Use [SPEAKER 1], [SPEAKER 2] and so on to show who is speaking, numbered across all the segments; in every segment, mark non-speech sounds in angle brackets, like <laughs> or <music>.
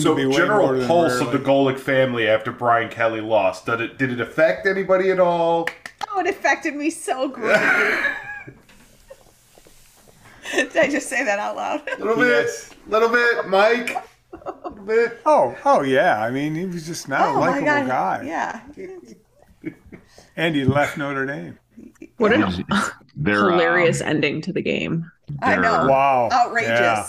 [SPEAKER 1] So general pulse of the Golic family after Brian Kelly lost. Did it did it affect anybody at all?
[SPEAKER 2] Oh, it affected me so greatly. Did I just say that out loud?
[SPEAKER 1] A little bit, little bit, Mike. Little bit.
[SPEAKER 3] Oh, oh yeah. I mean, he was just not a
[SPEAKER 2] Oh my
[SPEAKER 3] likable
[SPEAKER 2] God.
[SPEAKER 3] guy,
[SPEAKER 2] Yeah.
[SPEAKER 3] <laughs> and he left Notre Dame.
[SPEAKER 4] What a hilarious
[SPEAKER 5] um,
[SPEAKER 4] ending to the game.
[SPEAKER 2] I know.
[SPEAKER 3] Wow,
[SPEAKER 2] Outrageous.
[SPEAKER 3] Yeah.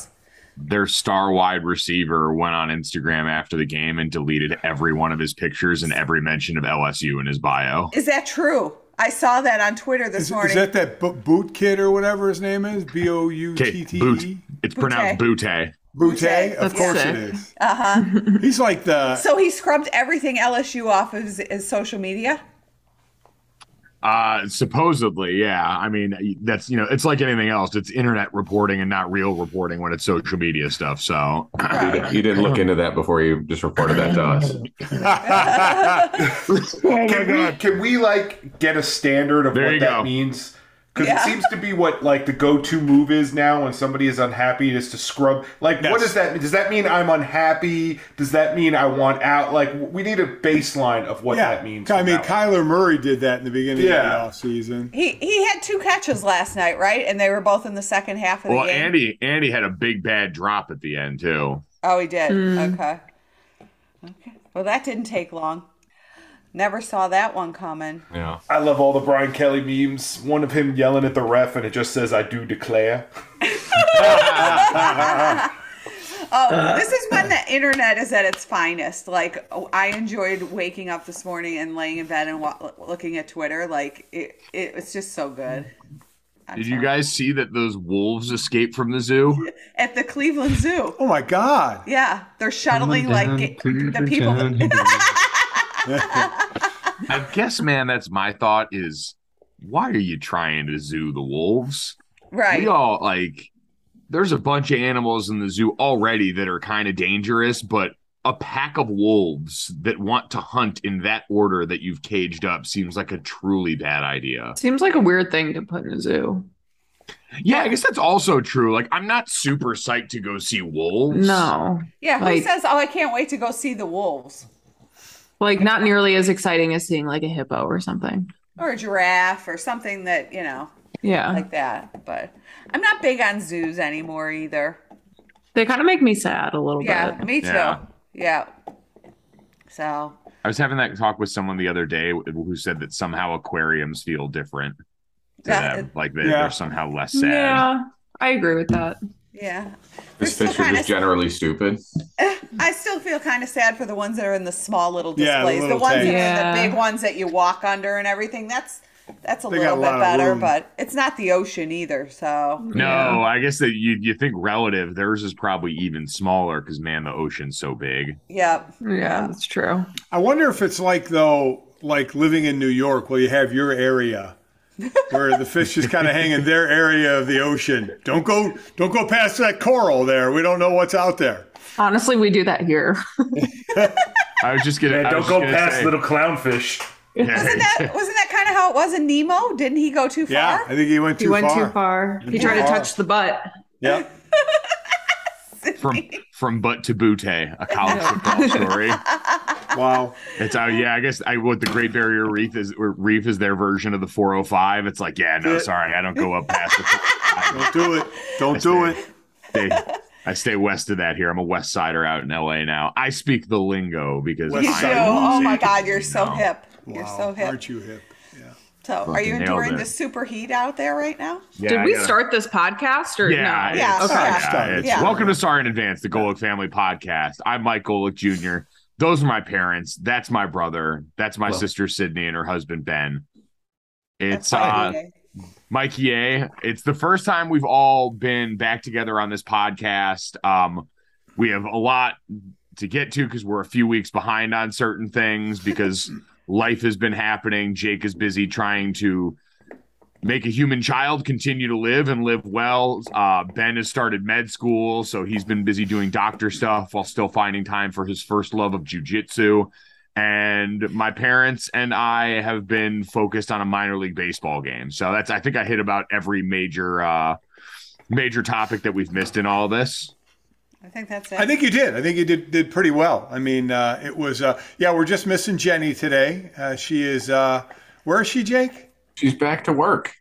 [SPEAKER 5] Their star wide receiver went on Instagram after the game and deleted every one of his pictures and every mention of LSU in his bio.
[SPEAKER 2] Is that true? I saw that on Twitter this
[SPEAKER 3] Is,
[SPEAKER 2] morning.
[SPEAKER 3] is that that bo- boot kid or whatever his name is? B o u
[SPEAKER 5] Okay,
[SPEAKER 3] t t
[SPEAKER 5] boot.
[SPEAKER 3] e.
[SPEAKER 5] It's pronounced Butte.
[SPEAKER 3] Boutte. Of
[SPEAKER 4] That's
[SPEAKER 3] course
[SPEAKER 4] sick.
[SPEAKER 3] it is.
[SPEAKER 2] Uh huh.
[SPEAKER 3] <laughs> He's like the.
[SPEAKER 2] so he scrubbed everything LSU off of his, his social media.
[SPEAKER 5] Uh, supposedly, yeah. I mean, that's you know, it's like anything else. It's internet reporting and not real reporting when it's social media stuff. So
[SPEAKER 6] You didn't look into that before you just reported that
[SPEAKER 2] <laughs>
[SPEAKER 6] to us.
[SPEAKER 3] Oh
[SPEAKER 1] can we can we like get a standard of
[SPEAKER 5] There
[SPEAKER 1] what
[SPEAKER 5] you
[SPEAKER 1] that
[SPEAKER 5] go.
[SPEAKER 1] means? Because
[SPEAKER 2] Yeah.
[SPEAKER 1] it seems to be what like the go-to move is now when somebody is unhappy is to scrub. Like,
[SPEAKER 3] Yes.
[SPEAKER 1] what does that mean? Does that mean I'm unhappy? Does that mean I want out? Like, we need a baseline of what
[SPEAKER 3] yeah,
[SPEAKER 1] that means.
[SPEAKER 3] I mean,
[SPEAKER 1] from now on.
[SPEAKER 3] Kyler Murray did that in the beginning
[SPEAKER 1] Yeah.
[SPEAKER 3] of the offseason.
[SPEAKER 2] He he had two catches last night, right? And they were both in the second half of the
[SPEAKER 5] well,
[SPEAKER 2] game.
[SPEAKER 5] Andy Andy had a big bad drop at the end too.
[SPEAKER 2] Oh, he did. Okay. Okay. Well, that didn't take long. Never saw that one coming.
[SPEAKER 6] Yeah.
[SPEAKER 1] I love all the Brian Kelly memes. One of him yelling at the ref, and it just says, "I do declare."
[SPEAKER 2] Oh, this is when the internet is at its finest. Like, oh, I enjoyed waking up this morning and laying in bed and wa- looking at Twitter. Like, it, it was just so good. I'm
[SPEAKER 5] Did you
[SPEAKER 2] sorry.
[SPEAKER 5] guys see that those wolves escaped from the zoo?
[SPEAKER 2] At the Cleveland Zoo.
[SPEAKER 3] Oh my God!
[SPEAKER 2] Yeah, they're shuttling like ga- the people.
[SPEAKER 5] <laughs> I guess, man, that's my thought is why are you trying to zoo the wolves?
[SPEAKER 2] right.
[SPEAKER 5] We all like there's a bunch of animals in the zoo already that are kind of dangerous, but a pack of wolves that want to hunt in that order that you've caged up seems like a truly bad idea.
[SPEAKER 4] Seems like a weird thing to put in a zoo.
[SPEAKER 5] Yeah, I guess that's also true. Like, I'm not super psyched to go see wolves.
[SPEAKER 4] No.
[SPEAKER 2] yeah, who
[SPEAKER 4] like-
[SPEAKER 2] says, oh, I can't wait to go see the wolves
[SPEAKER 4] Like not nearly as exciting as seeing like a hippo or something.
[SPEAKER 2] or a giraffe or something that, you know,
[SPEAKER 4] Yeah.
[SPEAKER 2] like that. But I'm not big on zoos anymore either.
[SPEAKER 4] they kind of make me sad a little
[SPEAKER 2] Yeah,
[SPEAKER 4] bit.
[SPEAKER 2] me too.
[SPEAKER 5] Yeah.
[SPEAKER 2] yeah. So.
[SPEAKER 5] I was having that talk with someone the other day who said that somehow aquariums feel different to
[SPEAKER 2] That- uh,
[SPEAKER 5] them, like they,
[SPEAKER 3] Yeah.
[SPEAKER 5] they're somehow less sad.
[SPEAKER 4] Yeah. I agree with that.
[SPEAKER 2] Yeah.
[SPEAKER 6] This fish are just generally stupid.
[SPEAKER 2] Eh, I still feel kind of sad for the ones that are in the small little displays. the,
[SPEAKER 6] Yeah, the little
[SPEAKER 2] ones that
[SPEAKER 6] tank.
[SPEAKER 2] are the
[SPEAKER 6] Yeah.
[SPEAKER 2] big ones that you walk under and everything. That's that's a
[SPEAKER 1] They
[SPEAKER 2] little
[SPEAKER 1] got a lot
[SPEAKER 2] bit
[SPEAKER 1] of
[SPEAKER 2] better,
[SPEAKER 1] room.
[SPEAKER 2] but it's not the ocean either. So
[SPEAKER 5] No, Oh, I guess that you you think relative theirs is probably even smaller because man, the ocean's so big.
[SPEAKER 2] Yep.
[SPEAKER 4] Yeah, that's true.
[SPEAKER 3] I wonder if it's like though, like living in New York, where you have your area where the fish is kind of hanging their area of the ocean. Don't go, don't go past that coral there. We don't know what's out there.
[SPEAKER 4] Honestly, we do that here.
[SPEAKER 5] I was just gonna.
[SPEAKER 1] Man,
[SPEAKER 3] I
[SPEAKER 1] don't
[SPEAKER 3] was
[SPEAKER 1] go
[SPEAKER 3] just gonna
[SPEAKER 1] past
[SPEAKER 3] say-
[SPEAKER 1] little clownfish.
[SPEAKER 2] Wasn't that wasn't that kind of how it was in Nemo? Didn't he go too far?
[SPEAKER 1] Yeah, I think he went
[SPEAKER 4] He too went far. too far. He tried to touch the butt.
[SPEAKER 2] <laughs>
[SPEAKER 3] Yeah.
[SPEAKER 5] from from butt to butte, a college
[SPEAKER 2] <laughs>
[SPEAKER 5] football story.
[SPEAKER 3] Wow,
[SPEAKER 5] it's uh, yeah. I guess I what the Great Barrier Reef is or reef is their version of the 405. It's like yeah, no, sorry, I don't go up past the.
[SPEAKER 3] Don't
[SPEAKER 5] 405.
[SPEAKER 3] do it. Don't do
[SPEAKER 5] it. I stay west of that here. I'm a West Sider out in LA now. I speak the lingo because
[SPEAKER 2] You
[SPEAKER 5] I
[SPEAKER 2] do. Oh my God, you're so hip. You're
[SPEAKER 3] Wow,
[SPEAKER 2] so hip.
[SPEAKER 3] Aren't you hip?
[SPEAKER 2] So, are you
[SPEAKER 5] Fucking nailed
[SPEAKER 2] enduring
[SPEAKER 5] it.
[SPEAKER 2] the super heat out there right now?
[SPEAKER 5] Yeah,
[SPEAKER 4] Did
[SPEAKER 5] I
[SPEAKER 4] we
[SPEAKER 5] gotta-
[SPEAKER 4] start this podcast or
[SPEAKER 5] Yeah,
[SPEAKER 4] no?
[SPEAKER 5] it's-
[SPEAKER 4] Okay.
[SPEAKER 5] yeah, it's- Welcome to Sorry in Advance, the Golick Family Podcast. I'm Mike Golick Jr. Those are my parents. That's my brother. That's my sister Sydney and her husband Ben. It's uh, Mike Ye. It's the first time we've all been back together on this podcast. Um, we have a lot to get to because we're a few weeks behind on certain things because life has been happening. Jake is busy trying to make a human child continue to live and live well. Uh, ben has started med school, so he's been busy doing doctor stuff while still finding time for his first love of jujitsu. And my parents and I have been focused on a minor league baseball game. So that's I think I hit about every major uh, major topic that we've missed in all this.
[SPEAKER 2] I think that's it.
[SPEAKER 3] I think you did. I think you did did pretty well. I mean, uh, it was uh, yeah. We're just missing Jenny today. Uh, she is uh, where is she, Jake?
[SPEAKER 6] She's back to work.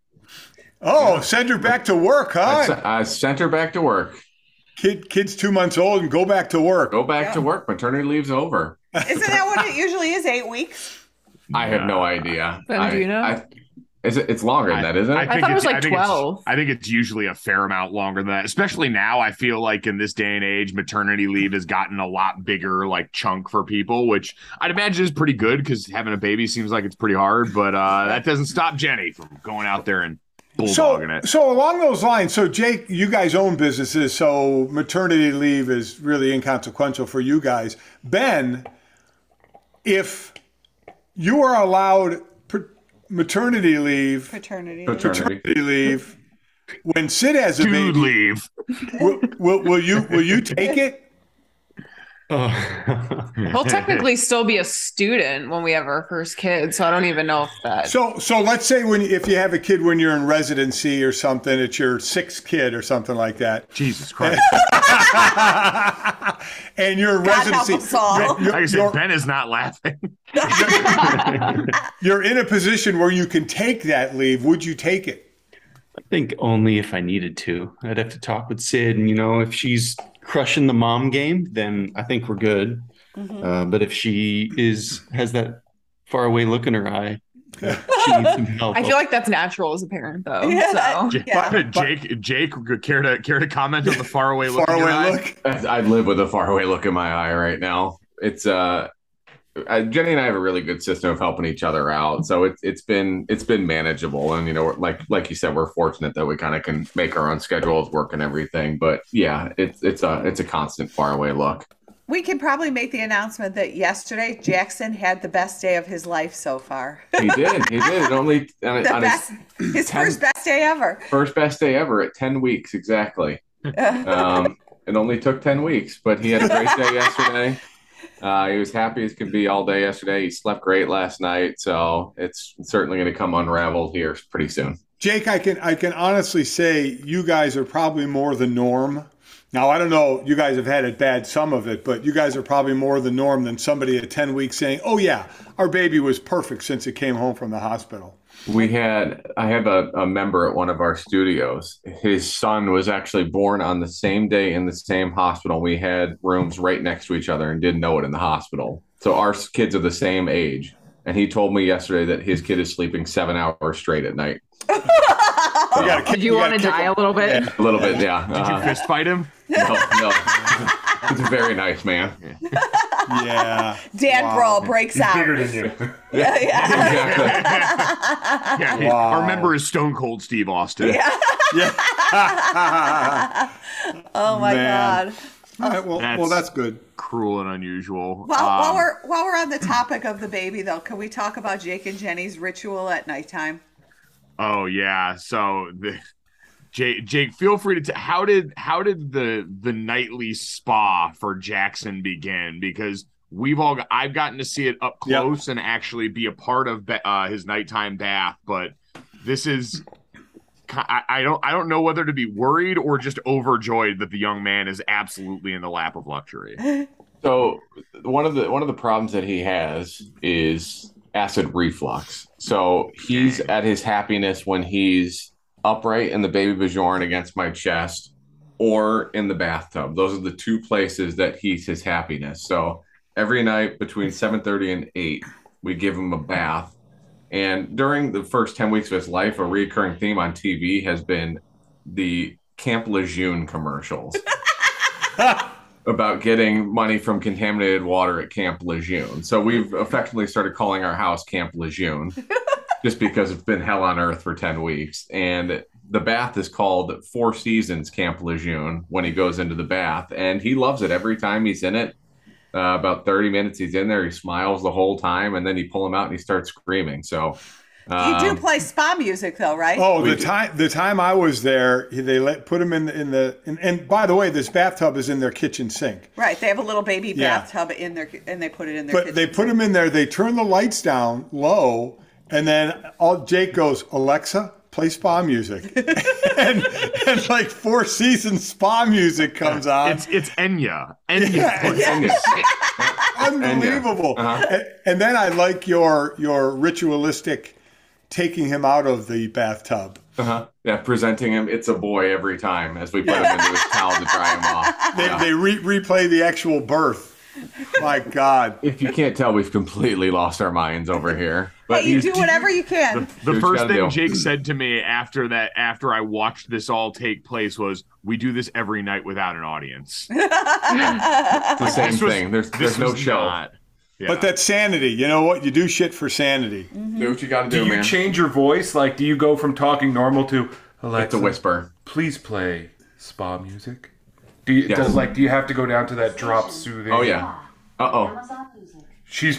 [SPEAKER 3] Oh, send her back to work,
[SPEAKER 6] I,
[SPEAKER 3] huh?
[SPEAKER 6] s- I sent her uh, back to work.
[SPEAKER 3] Kid, kid's two months old and go back to work.
[SPEAKER 6] Go back to work. Maternity leave's over.
[SPEAKER 2] Isn't that what it usually is? Eight weeks.
[SPEAKER 6] I have no idea.
[SPEAKER 2] Ben,
[SPEAKER 6] I,
[SPEAKER 2] do you know?
[SPEAKER 6] I, is it, it's longer than that, isn't it?
[SPEAKER 5] I think it's- I think it's- I think it's usually a fair amount longer than that, especially now. I feel like in this day and age, maternity leave has gotten a lot bigger, like chunk for people, which I'd imagine is pretty good because having a baby seems like it's pretty hard. But uh, that doesn't stop Jenny from going out there and bulldogging it.
[SPEAKER 3] So along those lines, so Jake, you guys own businesses, so maternity leave is really inconsequential for you guys. Ben, if you are allowed per- maternity leave,
[SPEAKER 2] paternity,
[SPEAKER 3] paternity leave, when Sid has a baby,
[SPEAKER 5] leave.
[SPEAKER 3] Will, will, will you will you take
[SPEAKER 2] <laughs>
[SPEAKER 3] it?
[SPEAKER 4] He'll technically still be a student when we have our first kid, so I don't even know if that.
[SPEAKER 3] So so let's say when if you have a kid when you're in residency or something, it's your sixth kid or something like that. <laughs>
[SPEAKER 5] Jesus Christ!
[SPEAKER 3] and you're in residency.
[SPEAKER 5] Like I said,
[SPEAKER 3] you're-
[SPEAKER 5] Ben is not laughing.
[SPEAKER 3] you're in a position where you can take that leave. Would you take it?
[SPEAKER 7] I think only if I needed to. I'd have to talk with Sid, and you know, if she's crushing the mom game, then I think we're good.
[SPEAKER 2] Mm-hmm.
[SPEAKER 7] Uh, but if she is has that far away look in her eye, she needs some help.
[SPEAKER 4] I feel like that's natural as a parent, though.
[SPEAKER 5] Yeah.
[SPEAKER 4] So
[SPEAKER 5] Jake, Jake, care to care to comment on the faraway look? in your eye?
[SPEAKER 6] I, I live with a faraway look in my eye right now. It's uh, I, Jenny and I have a really good system of helping each other out, so it's it's been it's been manageable. And you know, like like you said, we're fortunate that we kind of can make our own schedules work and everything. But yeah, it's it's a it's a constant faraway look.
[SPEAKER 2] We can probably make the announcement that yesterday Jackson had the best day of his life so far.
[SPEAKER 6] He did, he did. It only on,
[SPEAKER 2] the
[SPEAKER 6] on
[SPEAKER 2] best, his, first best day ever.
[SPEAKER 6] his first best day ever at ten weeks exactly. Um, it only took 10 weeks, but he had a great day yesterday. Uh, he was happy as could be all day yesterday. He slept great last night. So it's certainly going to come unraveled here pretty soon.
[SPEAKER 3] Jake, I can I can honestly say you guys are probably more the norm. Now I don't know, you guys have had it bad some of it, but you guys are probably more the norm than somebody at 10 weeks saying, "Oh yeah, our baby was perfect since it came home from the hospital."
[SPEAKER 6] We had, I have a, a member at one of our studios. His son was actually born on the same day in the same hospital. We had rooms right next to each other and didn't know it in the hospital. So our s- kids are the same age. And he told me yesterday that his kid is sleeping seven hours straight at night. So.
[SPEAKER 3] gotta kick-
[SPEAKER 4] Did you, want to die a little bit?
[SPEAKER 6] A little bit, yeah. <laughs>
[SPEAKER 5] Did
[SPEAKER 3] Uh-huh.
[SPEAKER 5] you fist fight him?
[SPEAKER 6] No, no. <laughs> He's a very nice man.
[SPEAKER 2] <laughs>
[SPEAKER 3] Yeah.
[SPEAKER 2] Dan Brawl breaks out. Yeah, yeah.
[SPEAKER 5] Yeah,
[SPEAKER 2] yeah.
[SPEAKER 5] our member is Stone Cold Steve Austin.
[SPEAKER 2] Oh my
[SPEAKER 5] Man.
[SPEAKER 2] god.
[SPEAKER 3] All right, well, well, that's good.
[SPEAKER 5] <laughs> Cruel and unusual.
[SPEAKER 2] While, while
[SPEAKER 5] Um,
[SPEAKER 2] we're while we're on the topic of the baby, though, can we talk about Jake and Jenny's ritual at nighttime?
[SPEAKER 5] Oh yeah. So the, Jake, Jake, feel free to. T- how did how did the the nightly spa for Jackson begin? Because we've all got, I've gotten to see it up close and actually be a part of ba- uh, his nighttime bath, but this is. ki- I I don't. I don't know whether to be worried or just overjoyed that the young man is absolutely in the lap of luxury.
[SPEAKER 6] So one of the one of the problems that he has is acid reflux. So he's at his happiness when he's upright in the baby Bajorn against my chest or in the bathtub. Those are the two places that he's his happiness. So every night between 7:30 and 8, we give him a bath. And during the first 10 weeks of his life, a recurring theme on TV has been the Camp Lejeune commercials about getting money from contaminated water at Camp Lejeune. So we've effectively started calling our house Camp Lejeune just because it's been hell on earth for 10 weeks. And the bath is called Four Seasons Camp Lejeune when he goes into the bath. And he loves it every time he's in it. Uh, about 30 minutes he's in there. He smiles the whole time. And then you pull him out and he starts screaming. So.
[SPEAKER 2] You do
[SPEAKER 6] um,
[SPEAKER 2] play spa music, though, right?
[SPEAKER 3] Oh, the time the time I was there, he- they let put him in the in the and, and by the way, this bathtub is in their kitchen sink.
[SPEAKER 2] Right, they have a little baby
[SPEAKER 3] Yeah.
[SPEAKER 2] bathtub in their and they put it in their.
[SPEAKER 3] But they put him in there. They turn the lights down low, and then all Jake goes, Alexa, play spa music, <laughs> and, and like Four Seasons spa music comes
[SPEAKER 1] Uh,
[SPEAKER 3] on. It's
[SPEAKER 5] it's
[SPEAKER 1] <laughs>
[SPEAKER 5] Enya, Enya,
[SPEAKER 2] <laughs>
[SPEAKER 3] unbelievable.
[SPEAKER 6] Uh-huh.
[SPEAKER 3] And, and then I like your your ritualistic taking him out of the bathtub.
[SPEAKER 6] uh-huh. Yeah, presenting him. It's a boy every time as we put him into his towel to dry him off.
[SPEAKER 3] They,
[SPEAKER 6] Yeah.
[SPEAKER 3] they re- replay the actual birth. My God.
[SPEAKER 6] If you can't tell, we've completely lost our minds over here.
[SPEAKER 2] But you
[SPEAKER 6] he's-
[SPEAKER 2] do whatever you can.
[SPEAKER 5] The
[SPEAKER 6] Dude's
[SPEAKER 5] first
[SPEAKER 6] gotta
[SPEAKER 5] thing
[SPEAKER 6] go.
[SPEAKER 5] Jake said to me after that, after I watched this all take place, was, "We do this every night without an
[SPEAKER 1] <laughs>
[SPEAKER 5] audience."
[SPEAKER 6] It's the same
[SPEAKER 5] This was-
[SPEAKER 6] thing. There's
[SPEAKER 5] this
[SPEAKER 6] there's no
[SPEAKER 5] was
[SPEAKER 6] show.
[SPEAKER 5] not-
[SPEAKER 3] But that's sanity. You know what? You do shit for sanity.
[SPEAKER 2] <laughs>
[SPEAKER 6] Do what you got to
[SPEAKER 1] Do
[SPEAKER 6] do,
[SPEAKER 1] you
[SPEAKER 6] man.
[SPEAKER 1] change your voice? Like, do you go from talking normal to Alexa?
[SPEAKER 6] It's a whisper.
[SPEAKER 1] Please play spa music. Do you
[SPEAKER 6] Yes.
[SPEAKER 1] does, like? Do you have to go down to that drop soothing?
[SPEAKER 6] Oh yeah. Uh oh.
[SPEAKER 1] She's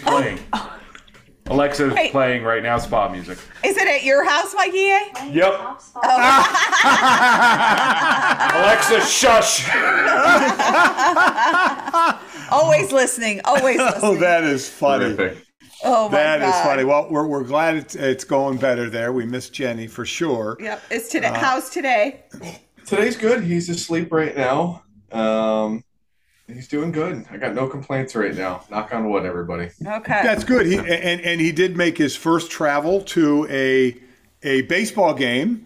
[SPEAKER 2] <laughs>
[SPEAKER 1] playing. Alexa's
[SPEAKER 2] Wait.
[SPEAKER 1] playing right now spa music.
[SPEAKER 2] Is it at your house, Mikey? A?
[SPEAKER 1] Yep.
[SPEAKER 2] Oh.
[SPEAKER 1] <laughs>
[SPEAKER 2] <laughs> Alexa,
[SPEAKER 1] shush.
[SPEAKER 2] always listening. Always
[SPEAKER 3] <laughs> Oh,
[SPEAKER 2] listening.
[SPEAKER 3] that is funny.
[SPEAKER 2] Oh my
[SPEAKER 3] That
[SPEAKER 2] god.
[SPEAKER 3] is funny. Well, we're, we're glad it's, it's going better there. We miss Jenny for sure.
[SPEAKER 2] Yep. It's today.
[SPEAKER 3] Uh,
[SPEAKER 2] How's today?
[SPEAKER 6] Today's good. He's asleep right now. Um, he's doing good. I got no complaints right now. Knock on wood, everybody.
[SPEAKER 2] Okay.
[SPEAKER 3] That's good. He and and he did make his first travel to a a baseball game,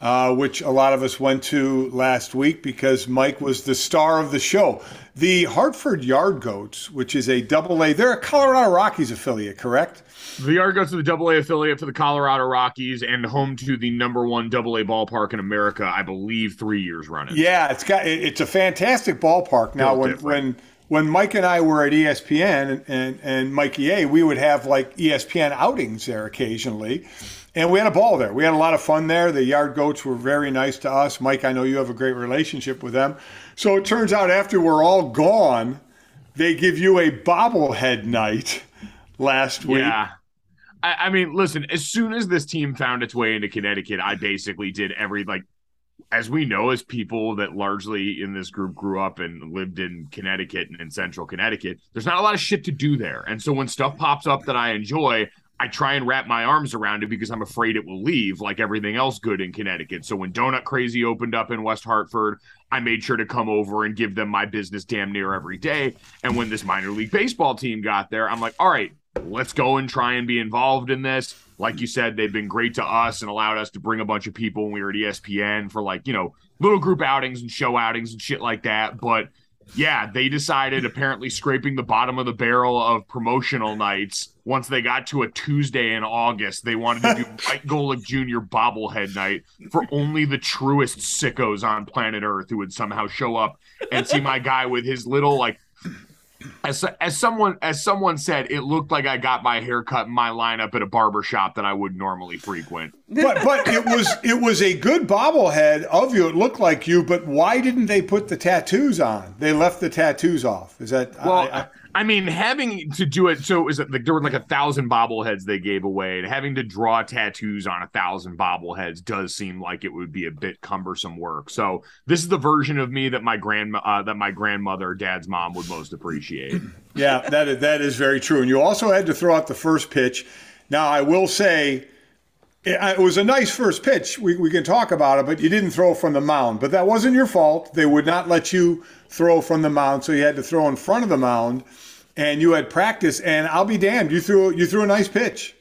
[SPEAKER 3] uh, which a lot of us went to last week because Mike was the star of the show. The Hartford Yard Goats, which is a double A, they're a Colorado Rockies affiliate, correct?
[SPEAKER 5] The yard goes to the Double A affiliate for the Colorado Rockies and home to the number one Double A ballpark in America, I believe, three years running.
[SPEAKER 3] Yeah, it's got it, it's a fantastic ballpark. Now,
[SPEAKER 5] Built
[SPEAKER 3] when when when Mike and I were at E ESPN and and, and Mike EA, we would have like E ESPN outings there occasionally, and we had a ball there. We had a lot of fun there. The Yard Goats were very nice to us. Mike, I know you have a great relationship with them. So it turns out after we're all gone, they give you a bobblehead night <laughs> last week.
[SPEAKER 5] Yeah. I, I mean, listen, as soon as this team found its way into Connecticut, I basically did every, like, as we know, as people that largely in this group grew up and lived in Connecticut and in central Connecticut, there's not a lot of shit to do there. And so when stuff pops up that I enjoy, I try and wrap my arms around it because I'm afraid it will leave like everything else good in Connecticut. So when Donut Crazy opened up in West Hartford, I made sure to come over and give them my business damn near every day. And when this minor league baseball team got there, I'm like, all right, let's go and try and be involved in this. Like you said, they've been great to us and allowed us to bring a bunch of E people when we were at ESPN for like, you know, little group outings and show outings and shit like that. But Yeah, they decided apparently scraping the bottom of the barrel of promotional nights. Once they got to a Tuesday in August, they wanted to do Mike Golick Jr. bobblehead night for only the truest sickos on planet Earth who would somehow show up and see my guy with his little like. As, as someone as someone said, it looked like I got my haircut in my lineup at a barber shop that I would normally frequent.
[SPEAKER 3] but but it was it was a good bobblehead of you. It looked like you, but why didn't they put the tattoos on? They left the tattoos off. Is that I-
[SPEAKER 5] Well,
[SPEAKER 3] I-
[SPEAKER 5] I, mean, having to do it, so is it like there were like a thousand bobbleheads they gave away, and having to draw tattoos on a thousand bobbleheads does seem like it would be a bit cumbersome work. So this is the version of me that my grand uh, that my grandmother, dad's mom, would most appreciate.
[SPEAKER 3] yeah, that is, that is very true. And you also had to throw out the first pitch. Now, I will say it, it was a nice first pitch. We, we can talk about it, but you didn't throw from the mound. But that wasn't your fault. They would not let you throw from the mound, so you had to throw in front of the mound. And you had practice, and I'll be damned, you threw you threw a nice pitch.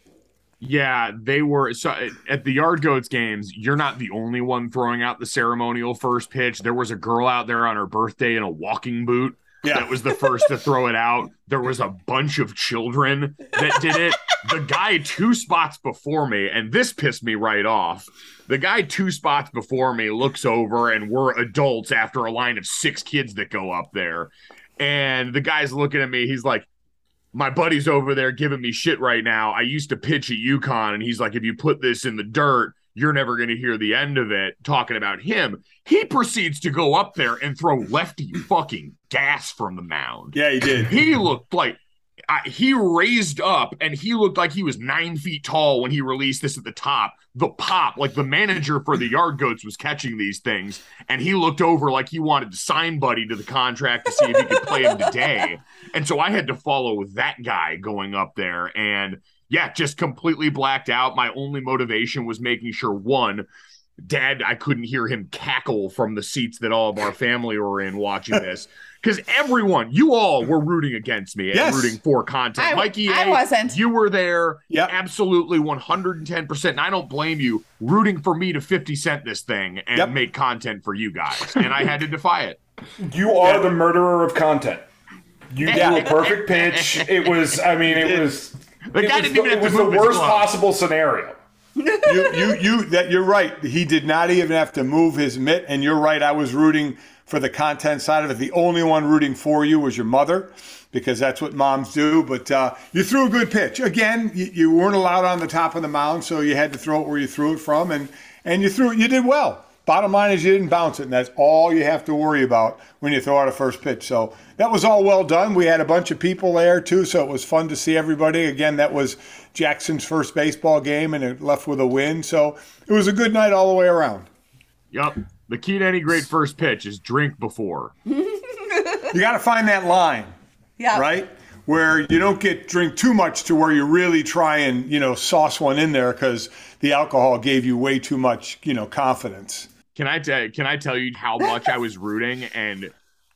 [SPEAKER 5] Yeah, they were so at the Yard Goats games. You're not the only one throwing out the ceremonial first pitch. There was a girl out there on her birthday in a walking boot that was the first to throw it out. There was a bunch of children that did it. The guy two spots before me, and this pissed me right off. The guy two spots before me looks over, and we're adults after a line of six kids that go up there. And the guy's looking at me. He's like, my buddy's over there giving me shit right now. I used to pitch at UConn, and he's like, if you put this in the dirt, you're never going to hear the end of it. Talking about him, he proceeds to go up there and throw lefty fucking gas from the mound.
[SPEAKER 3] Yeah, he did.
[SPEAKER 5] He looked like I, he raised up, and he looked like he was nine feet tall when he released this at the top. The pop, like the manager for the Yard Goats was catching these things, and he looked over like he wanted to sign Buddy to the contract to see if he could play him today. And so I had to follow that guy going up there and yeah, just completely blacked out. My only motivation was making sure one, dad, I couldn't hear him cackle from the seats that all of our family were
[SPEAKER 8] <laughs>
[SPEAKER 5] in watching this. Because everyone, you all were rooting against me and
[SPEAKER 2] Yes.
[SPEAKER 5] rooting for content.
[SPEAKER 2] I-
[SPEAKER 5] Mikey,
[SPEAKER 2] I
[SPEAKER 5] A,
[SPEAKER 2] wasn't.
[SPEAKER 5] You were there. Yeah, absolutely, one hundred and ten percent. And I don't blame you rooting for me to fifty cent this thing and make content for you guys. And I had to defy it.
[SPEAKER 8] You are the murderer of content. You
[SPEAKER 5] Yeah.
[SPEAKER 8] threw a perfect pitch. It was, I mean,
[SPEAKER 6] <laughs>
[SPEAKER 8] it was.
[SPEAKER 5] The
[SPEAKER 8] it
[SPEAKER 5] guy
[SPEAKER 8] was
[SPEAKER 5] didn't
[SPEAKER 8] the-
[SPEAKER 5] even have
[SPEAKER 8] it
[SPEAKER 5] to
[SPEAKER 8] was the
[SPEAKER 5] move his
[SPEAKER 8] worst
[SPEAKER 5] glove.
[SPEAKER 8] possible scenario.
[SPEAKER 3] you, you, you, that you're right. He did not even have to move his mitt, and you're right. I was rooting for the content side of it. The only one rooting for you was your mother, because that's what moms do. But uh, you threw a good pitch. Again, you, you weren't allowed on the top of the mound, so you had to throw it where you threw it from, and and you threw it. You did well. Bottom line is you didn't bounce it, and that's all you have to worry about when you throw out a first pitch. So that was all well done. We had a bunch of people there too, so it was fun to see everybody. Again, that was Jackson's first baseball game, and it left with a win. So it was a good night all the way around.
[SPEAKER 5] Yep. The key to any great first pitch is drink before.
[SPEAKER 3] You got to find that line,
[SPEAKER 2] Yeah.
[SPEAKER 3] right? Where you don't get drink too much to where you really try and you know sauce one in there because the alcohol gave you way too much you know confidence.
[SPEAKER 5] Can I tell can I tell you how much I was rooting and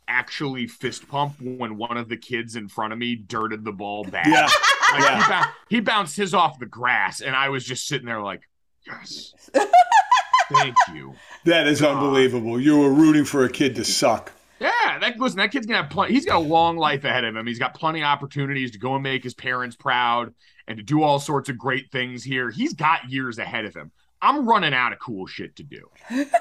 [SPEAKER 5] actually fist pump when one of the kids in front of me dirted the ball back?
[SPEAKER 3] Yeah.
[SPEAKER 5] Like,
[SPEAKER 3] Yeah.
[SPEAKER 5] He, bou- he bounced his off the grass, and I was just sitting there like,
[SPEAKER 3] <laughs>
[SPEAKER 5] yes. Thank you.
[SPEAKER 3] That is unbelievable. You were rooting for a kid to suck.
[SPEAKER 5] Yeah, that listen, that kid's gonna have plenty. He's got a long life ahead of him. He's got plenty of opportunities to go and make his parents proud and to do all sorts of great things here. He's got years ahead of him. I'm running out of cool shit to do.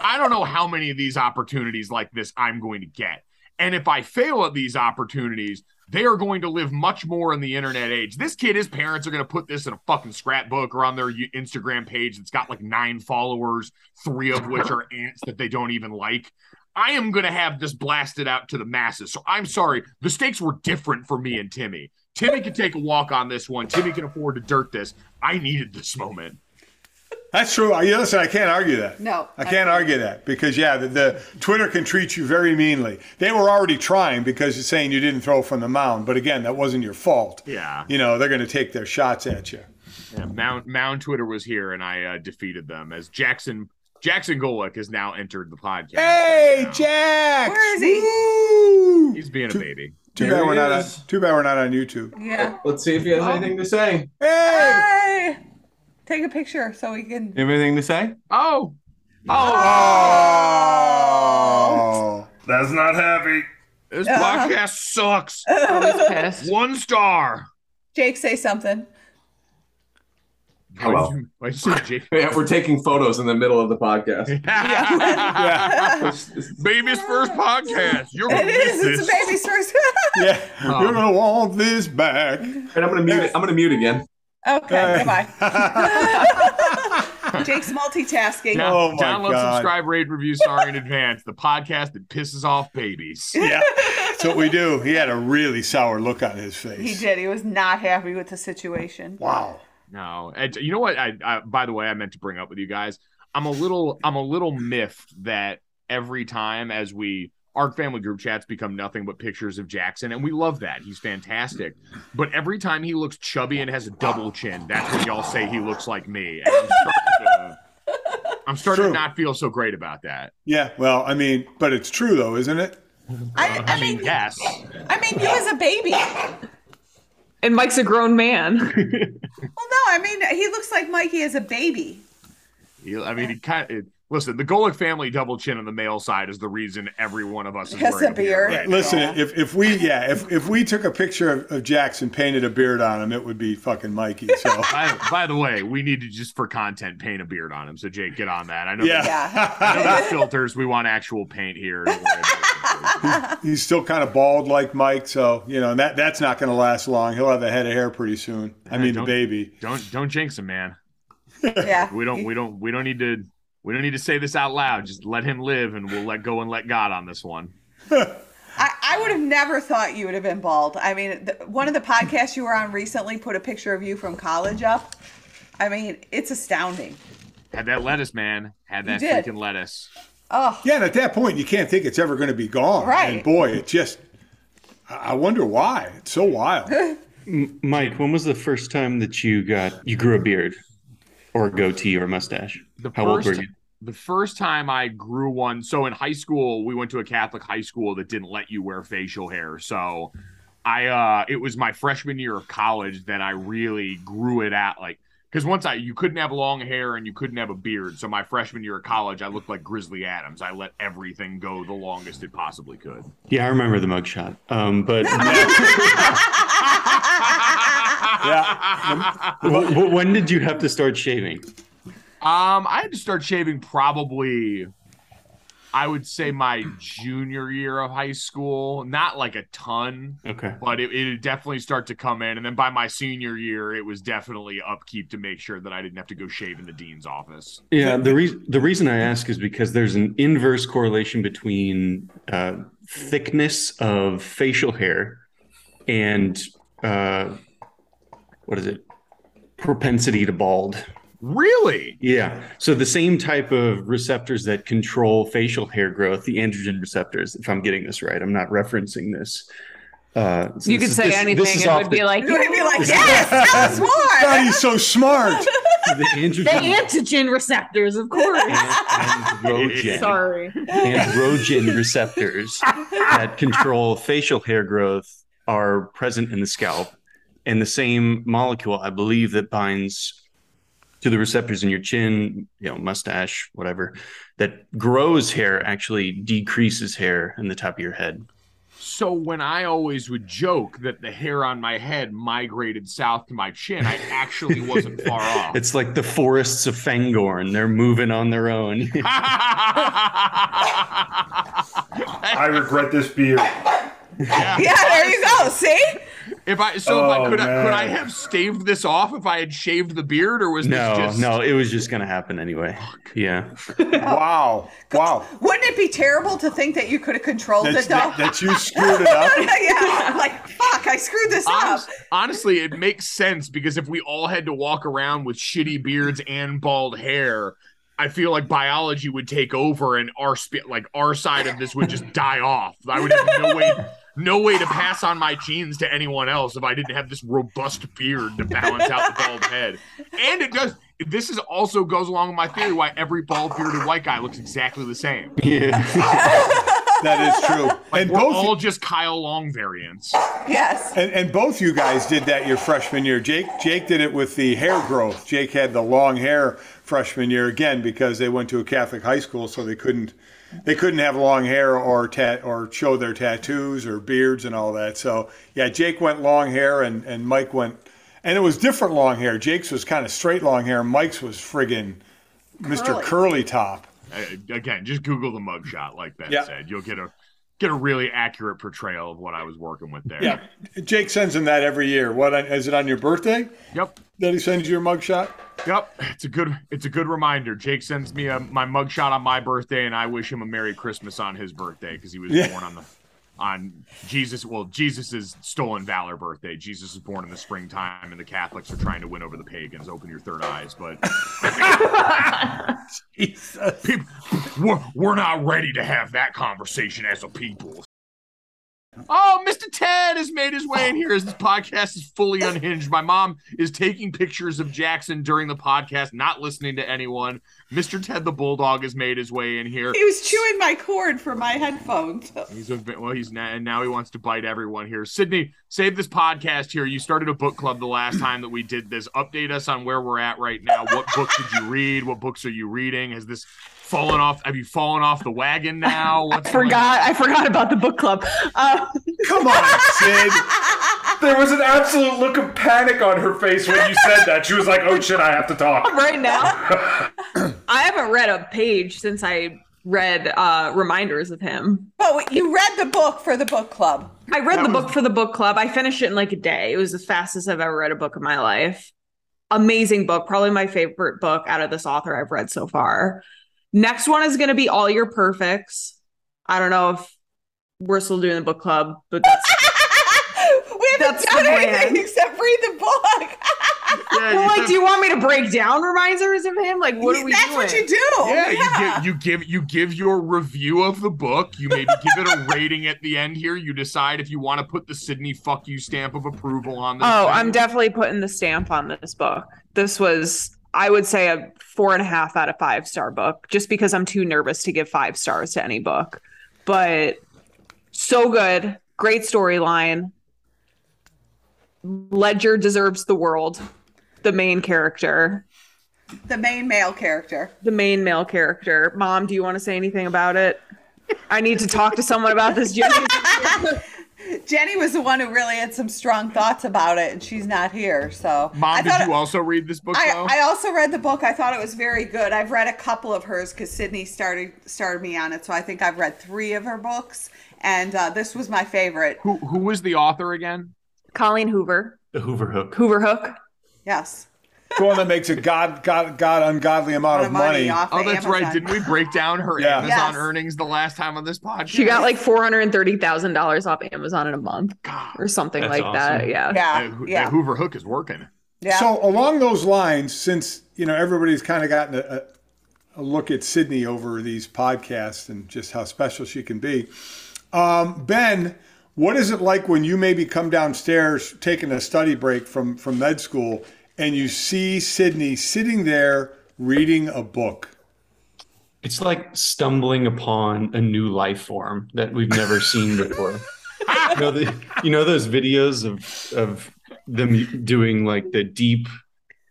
[SPEAKER 5] I don't know how many of these opportunities like this I'm going to get. And if I fail at these opportunities, they are going to live much more in the internet age. This kid, his parents are going to put this in a fucking scrapbook or on their U- Instagram page that's got like nine followers, three of which are ants that they don't even like. I am going to have this blasted out to the masses. So I'm sorry. The stakes were different for me and Timmy. Timmy can take a walk on this one. Timmy can afford to dirt this. I needed this moment.
[SPEAKER 3] That's true. I, listen, I can't argue that.
[SPEAKER 2] No,
[SPEAKER 3] I can't argue that because yeah, the, the Twitter can treat you very meanly. They were already trying because you're saying you didn't throw from the mound, but again, that wasn't your fault.
[SPEAKER 5] Yeah.
[SPEAKER 3] You know they're going to take their shots at you.
[SPEAKER 5] Yeah, Mound Mound Twitter was here, and I uh, defeated them as Jackson Jackson Golick has now entered the podcast.
[SPEAKER 3] Hey, Jack! Where is he?
[SPEAKER 5] He's being a baby.
[SPEAKER 3] Too
[SPEAKER 5] There
[SPEAKER 3] bad
[SPEAKER 5] he
[SPEAKER 3] we're not. On,
[SPEAKER 5] is.
[SPEAKER 3] too bad we're not on YouTube.
[SPEAKER 2] Yeah.
[SPEAKER 6] Let's see if he has anything to say.
[SPEAKER 2] Hey! Take a picture so we can.
[SPEAKER 7] Everything to say?
[SPEAKER 5] Oh.
[SPEAKER 2] Oh.
[SPEAKER 3] Oh.
[SPEAKER 8] That's not happy.
[SPEAKER 5] This
[SPEAKER 2] Uh.
[SPEAKER 5] podcast
[SPEAKER 2] <laughs>
[SPEAKER 5] sucks.
[SPEAKER 2] I was pissed.
[SPEAKER 5] One star.
[SPEAKER 2] Jake, say something.
[SPEAKER 6] Hello.
[SPEAKER 2] <laughs>
[SPEAKER 6] yeah, we're taking photos in the middle of the podcast.
[SPEAKER 5] <laughs> Baby's first podcast. You're
[SPEAKER 2] It is. It's a baby's first.
[SPEAKER 3] <laughs> Yeah,
[SPEAKER 6] Um,
[SPEAKER 3] you're gonna want this back. And
[SPEAKER 6] I'm gonna mute. I'm gonna mute again.
[SPEAKER 2] okay.
[SPEAKER 3] Uh.
[SPEAKER 2] Goodbye. Jake's multitasking.
[SPEAKER 5] Down-
[SPEAKER 3] Oh my
[SPEAKER 5] download,
[SPEAKER 3] God.
[SPEAKER 5] subscribe, rate, review, sorry in advance. The podcast that pisses off babies.
[SPEAKER 3] <laughs> Yeah. That's what we do. He had a really sour look on his
[SPEAKER 2] <laughs>
[SPEAKER 3] face.
[SPEAKER 2] He did. He was not happy with the situation.
[SPEAKER 3] Wow.
[SPEAKER 5] No, and you know what? I, I by the way, I meant to bring up with you guys. I'm a little, I'm a little miffed that every time as we our family group chats become nothing but pictures of Jackson, and we love that. He's fantastic. But every time he looks chubby and has a double chin, that's when y'all say he looks like me. And I'm starting, to, I'm starting to not feel so great about that.
[SPEAKER 3] Yeah, well, I mean, but it's true though, isn't it?
[SPEAKER 2] I, I mean,
[SPEAKER 5] yes.
[SPEAKER 2] I mean, you as a baby. Well,
[SPEAKER 4] And Mike's a grown
[SPEAKER 5] <laughs>
[SPEAKER 4] man.
[SPEAKER 2] no, I mean, he looks like Mikey as a baby.
[SPEAKER 5] He- I mean, he kind of, listen. The Golick family double chin on the male side is the reason every one of us is
[SPEAKER 2] Has
[SPEAKER 5] wearing
[SPEAKER 2] a beard.
[SPEAKER 5] right now.
[SPEAKER 3] Listen, if, if we yeah, if, if we took a picture of, of Jackson painted a beard on him, it would be fucking Mikey.
[SPEAKER 2] <laughs>
[SPEAKER 3] So
[SPEAKER 5] by, by the way, we need to just for content paint a beard on him. So Jake, get on that. I know.
[SPEAKER 3] Yeah.
[SPEAKER 5] there's- I know there's filters. We want actual
[SPEAKER 2] <laughs>
[SPEAKER 5] paint here. Don't worry about it.
[SPEAKER 3] he's still kind of bald like Mike, so you know, and that that's not gonna last long. He'll have a head of hair pretty soon. I mean the
[SPEAKER 5] don't-
[SPEAKER 3] baby.
[SPEAKER 5] Don't don't jinx him, man.
[SPEAKER 2] Yeah.
[SPEAKER 5] We don't we don't we don't need to we don't need to say this out loud. Just let him live, and we'll let go and let God on this one.
[SPEAKER 2] I, I would have never thought you would have been bald. I mean, the, one of the podcasts you were on recently put a picture of you from college up. I mean, it's astounding.
[SPEAKER 5] Had that lettuce, man. Had
[SPEAKER 2] You did.
[SPEAKER 5] that freaking lettuce.
[SPEAKER 2] Oh,
[SPEAKER 3] Yeah, and at that point you can't think it's ever gonna be gone.
[SPEAKER 2] Right.
[SPEAKER 3] And boy, it just I I wonder why. It's so wild.
[SPEAKER 7] M- Mike, when was the first time that you got you grew a beard or a goatee or a mustache?
[SPEAKER 5] The
[SPEAKER 7] How old
[SPEAKER 5] first,
[SPEAKER 7] were you?
[SPEAKER 5] The first time I grew one, so in high school, we went to a Catholic high school that didn't let you wear facial hair. So I uh it was my freshman year of college that I really grew it out like because once I you couldn't have long hair and you couldn't have a beard. So my freshman year of college, I looked like Grizzly Adams. I let everything go the longest it possibly could.
[SPEAKER 7] Yeah, I remember the mugshot. Um, but
[SPEAKER 3] yeah.
[SPEAKER 7] W- w- when did you have to start shaving?
[SPEAKER 5] Um, I had to start shaving probably, I would say my junior year of high school. Not like a ton,
[SPEAKER 7] Okay.
[SPEAKER 5] but it it definitely start to come in. And then by my senior year, it was definitely upkeep to make sure that I didn't have to go shave in the dean's office.
[SPEAKER 7] Yeah, the reason the reason I ask is because there's an inverse correlation between uh, thickness of facial hair and uh, what is it propensity to bald.
[SPEAKER 5] Really?
[SPEAKER 7] Yeah. So the same type of receptors that control facial hair growth, the androgen receptors. If I'm getting this right, I'm not referencing this. Uh, so
[SPEAKER 4] You could
[SPEAKER 7] this is-
[SPEAKER 4] say
[SPEAKER 7] this-
[SPEAKER 4] anything.
[SPEAKER 7] This is
[SPEAKER 4] It
[SPEAKER 7] off
[SPEAKER 4] would
[SPEAKER 7] the-
[SPEAKER 4] be
[SPEAKER 2] <laughs>
[SPEAKER 4] like,
[SPEAKER 2] you would be like, yes, tell us more.
[SPEAKER 3] God, he's so smart.
[SPEAKER 7] the
[SPEAKER 4] <laughs> the
[SPEAKER 7] androgen
[SPEAKER 4] antigen receptors, of course.
[SPEAKER 7] androgen.
[SPEAKER 4] Sorry.
[SPEAKER 7] androgen receptors that control facial hair growth are present in the scalp and the same molecule i believe that binds to the receptors in your chin you know mustache whatever that grows hair actually decreases hair in the top of your head
[SPEAKER 5] So when I always would joke that the hair on my head migrated south to my chin, I actually
[SPEAKER 7] <laughs>
[SPEAKER 5] wasn't far off.
[SPEAKER 7] it's like the forests of fangorn they're moving on their own
[SPEAKER 8] I regret this beard.
[SPEAKER 5] Yeah,
[SPEAKER 2] there you go. See?
[SPEAKER 5] If I so if I
[SPEAKER 7] Oh,
[SPEAKER 5] could I, could I
[SPEAKER 7] man.
[SPEAKER 5] have staved <laughs> this off if I had shaved the beard or was
[SPEAKER 7] no
[SPEAKER 5] this just
[SPEAKER 7] no it was just gonna happen anyway yeah
[SPEAKER 3] wow wow
[SPEAKER 2] Wouldn't it be terrible to think that you could have controlled
[SPEAKER 7] That's-
[SPEAKER 2] it though?
[SPEAKER 7] that- that you screwed
[SPEAKER 2] <laughs>
[SPEAKER 7] it up?
[SPEAKER 2] yeah. I'm like, fuck, I screwed this up.
[SPEAKER 5] Honest- honestly it makes sense because if we all had to walk around with shitty beards and bald hair I feel like biology would take over and our sp- like our side of this would just die off. I would have no way no way to pass on my genes to anyone else if I didn't have this robust beard to balance out the bald head. And it does this is also goes along with my theory why every bald bearded white guy looks exactly the same.
[SPEAKER 3] That is
[SPEAKER 5] <laughs>
[SPEAKER 3] true. and
[SPEAKER 5] We're
[SPEAKER 3] both
[SPEAKER 5] all just Kyle Long variants.
[SPEAKER 2] Yes.
[SPEAKER 3] And, and both you guys did that your freshman year. Jake Jake did it with the hair growth. Jake had the long hair freshman year again because they went to a Catholic high school, so they couldn't they couldn't have long hair or tat or show their tattoos or beards and all that. So yeah, Jake went long hair and and Mike went, and it was different long hair. Jake's was kind of straight long hair. Mike's was friggin' Mr.
[SPEAKER 5] Curly.
[SPEAKER 3] Curly Top.
[SPEAKER 5] I- again, just Google the mugshot, like Ben
[SPEAKER 3] Yeah.
[SPEAKER 5] said. You'll get a get a really accurate portrayal of what I was working with there.
[SPEAKER 3] Yeah, Jake sends him that every year. What is it on your birthday?
[SPEAKER 5] Yep.
[SPEAKER 3] That he sends you your mugshot.
[SPEAKER 5] Yep, it's a good it's a good reminder. Jake sends me a, my mugshot on my birthday, and I wish him a Merry Christmas on his birthday because he was
[SPEAKER 3] Yeah.
[SPEAKER 5] born on the on Jesus. Well, Jesus's stolen valor birthday. Jesus was born in the springtime, and the Catholics are trying to win over the pagans. Open your third eyes,
[SPEAKER 3] <laughs>
[SPEAKER 5] but Jesus, people, we're, we're not ready to have that conversation as a people. Oh, Mr. Ted has made his way in here as this podcast is fully unhinged. My mom is taking pictures of Jackson during the podcast, not listening to anyone. Mr. Ted the Bulldog has made his way in here.
[SPEAKER 2] He was chewing my cord for my headphones. <laughs>
[SPEAKER 5] He's a bit, well, he's now, and now he wants to bite everyone here. Sydney, save this podcast here. You started a book club the last time that we did this. Update us on where we're at right now. What book did you read? What books are you reading? Has this fallen off? Have you fallen off the wagon now? What's
[SPEAKER 4] I
[SPEAKER 5] going
[SPEAKER 4] forgot. I forgot about the book club. Uh,
[SPEAKER 5] Come on, Sid.
[SPEAKER 8] There was an absolute look of panic on her face when you said that. She was like, "Oh shit, I have to talk."
[SPEAKER 4] right now, I haven't read a page since I read uh, Reminders of Him.
[SPEAKER 2] Oh, wait, you read the book for the book club.
[SPEAKER 4] I read the book for the book club. I finished it in like a day. It was the fastest I've ever read a book in my
[SPEAKER 2] <laughs>
[SPEAKER 4] life. Amazing book. Probably my favorite book out of this author I've read so far. Next one is going to be All Your Perfects. I don't know if we're still doing the book club, but that's.
[SPEAKER 2] <laughs> We haven't
[SPEAKER 4] That's
[SPEAKER 2] done
[SPEAKER 4] the
[SPEAKER 2] anything <laughs>
[SPEAKER 4] brand.
[SPEAKER 2] except read the book.
[SPEAKER 4] well, like, do you want me to break down reminders of him? Like, what are we
[SPEAKER 2] That's
[SPEAKER 4] doing?
[SPEAKER 2] what you do.
[SPEAKER 5] Yeah, You, give, you give you give your review of the book. You maybe give it
[SPEAKER 4] <laughs>
[SPEAKER 5] a rating at the end here. You decide if you want to put the Sydney "fuck you" stamp of approval on this.
[SPEAKER 4] Oh,
[SPEAKER 5] thing.
[SPEAKER 4] I'm definitely putting the stamp on this book. This was, I would say, a four and a half out of five star book, just because I'm too nervous to give five stars to any book. But so good. Great storyline. Ledger deserves the world. The main character,
[SPEAKER 2] The main male character.
[SPEAKER 4] the main male character. Mom, do you want to say anything about it? I need to talk to someone about this. Jenny.
[SPEAKER 2] Jenny was the one who really had some strong thoughts about it, and she's not here. So,
[SPEAKER 5] Mom,
[SPEAKER 2] I
[SPEAKER 5] did
[SPEAKER 2] thought
[SPEAKER 5] you also read this book? though?
[SPEAKER 2] I, I also read the book. I thought it was very good. I've read a couple of hers because Sydney started started me on it. So I think I've read three of her books, and uh, this was my favorite.
[SPEAKER 5] Who who was the author again?
[SPEAKER 4] Colleen Hoover.
[SPEAKER 7] The Hoover Hook.
[SPEAKER 4] Hoover Hook.
[SPEAKER 2] Yes.
[SPEAKER 3] The one that makes a god god god ungodly amount of money.
[SPEAKER 5] oh, that's right. Didn't we break down her
[SPEAKER 3] Yeah.
[SPEAKER 5] Amazon
[SPEAKER 3] Yes.
[SPEAKER 5] earnings the last time on this
[SPEAKER 4] <laughs>
[SPEAKER 5] podcast?
[SPEAKER 4] She got like four hundred and thirty thousand dollars off Amazon in a month, or something like that. Yeah,
[SPEAKER 5] That Ho- that Hoover Hook is working.
[SPEAKER 3] So along those lines, since you know everybody's kind of gotten a, a, a look at Sydney over these podcasts and just how special she can be, um, Ben, what is it like when you maybe come downstairs taking a study break from from med school and you see Sydney sitting there reading a book?
[SPEAKER 7] It's like stumbling upon a new life form that we've never seen before. you, know, the, you know those videos of of them doing like the deep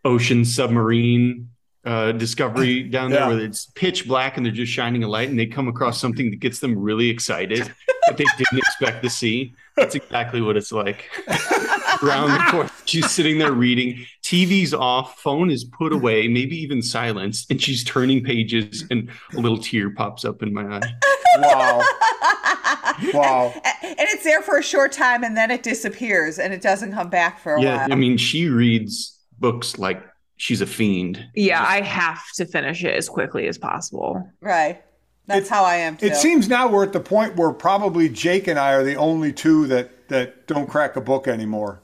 [SPEAKER 7] ocean submarine uh, discovery down there, where it's pitch black and they're just shining a light, and they come across something that gets them really excited that they didn't expect to see. That's exactly what it's like. Around the corner, she's sitting there reading. TV's off, phone is put away, maybe even silenced, and she's turning pages, and a little tear pops up in my eye.
[SPEAKER 2] <laughs>
[SPEAKER 3] Wow! Wow!
[SPEAKER 2] And it's there for a short time, and then it disappears, and it doesn't come back for a
[SPEAKER 7] Yeah,
[SPEAKER 2] while.
[SPEAKER 7] I mean, she reads books like she's a fiend.
[SPEAKER 4] yeah. I have to finish it as quickly as possible.
[SPEAKER 2] right. That's how I am too.
[SPEAKER 3] It seems now we're at the point where probably Jake and I are the only two that that don't crack a book anymore.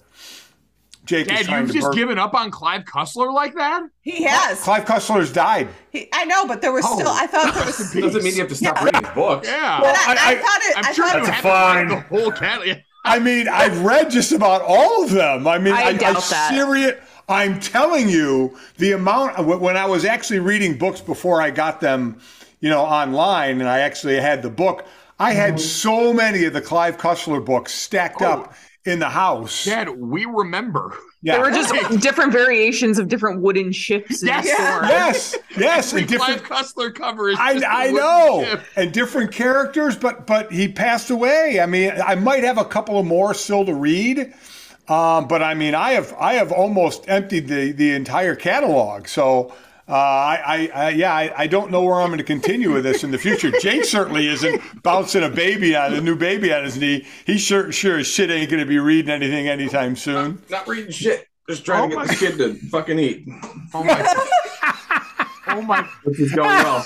[SPEAKER 3] Jake is
[SPEAKER 5] Dad,
[SPEAKER 3] trying
[SPEAKER 5] you've
[SPEAKER 3] to
[SPEAKER 5] just
[SPEAKER 3] burn-
[SPEAKER 5] given up on Clive Cussler like that?
[SPEAKER 2] He has.
[SPEAKER 3] Clive Cussler's died.
[SPEAKER 2] He, I know, but there was
[SPEAKER 5] Oh.
[SPEAKER 2] still. I thought there was.
[SPEAKER 5] <laughs>
[SPEAKER 6] Doesn't mean you have to stop reading books.
[SPEAKER 5] Yeah.
[SPEAKER 2] But I, I, thought it.
[SPEAKER 5] I'm
[SPEAKER 2] I
[SPEAKER 5] sure
[SPEAKER 2] thought
[SPEAKER 5] you
[SPEAKER 2] it-
[SPEAKER 5] have to read the whole cat.
[SPEAKER 3] I mean, I've read just about all of them. I mean,
[SPEAKER 5] I doubt that.
[SPEAKER 3] serious. I'm telling you, the amount when I was actually reading books before I got them, you know, online,
[SPEAKER 5] Mm-hmm.
[SPEAKER 3] and I actually had the book. I had so many of the Clive Cussler books stacked up in the house.
[SPEAKER 5] Oh. Dad, we remember.
[SPEAKER 4] There were
[SPEAKER 5] <laughs>
[SPEAKER 4] just different variations of different wooden ships. In
[SPEAKER 5] Yes.
[SPEAKER 4] the store.
[SPEAKER 5] <laughs>
[SPEAKER 3] yes, yes,
[SPEAKER 5] Every
[SPEAKER 3] and different.
[SPEAKER 5] Clive Cussler cover is
[SPEAKER 3] I,
[SPEAKER 5] just a
[SPEAKER 3] I
[SPEAKER 5] wooden
[SPEAKER 3] know,
[SPEAKER 5] ship.
[SPEAKER 3] and different characters, but but he passed away. I mean, I might have a couple of more still to read, um, but I mean, I have I have almost emptied the the entire catalog. So uh, I, I, I yeah, I, I don't know where I'm going to continue with this in the future. Jake certainly isn't bouncing a baby on a new baby on his knee. He sure sure as shit ain't going to be reading anything anytime soon.
[SPEAKER 6] Not reading shit. Just trying to
[SPEAKER 3] Oh
[SPEAKER 6] get this kid to fucking eat.
[SPEAKER 5] <laughs>
[SPEAKER 2] <laughs>
[SPEAKER 5] Oh my. oh my.
[SPEAKER 6] This is going well.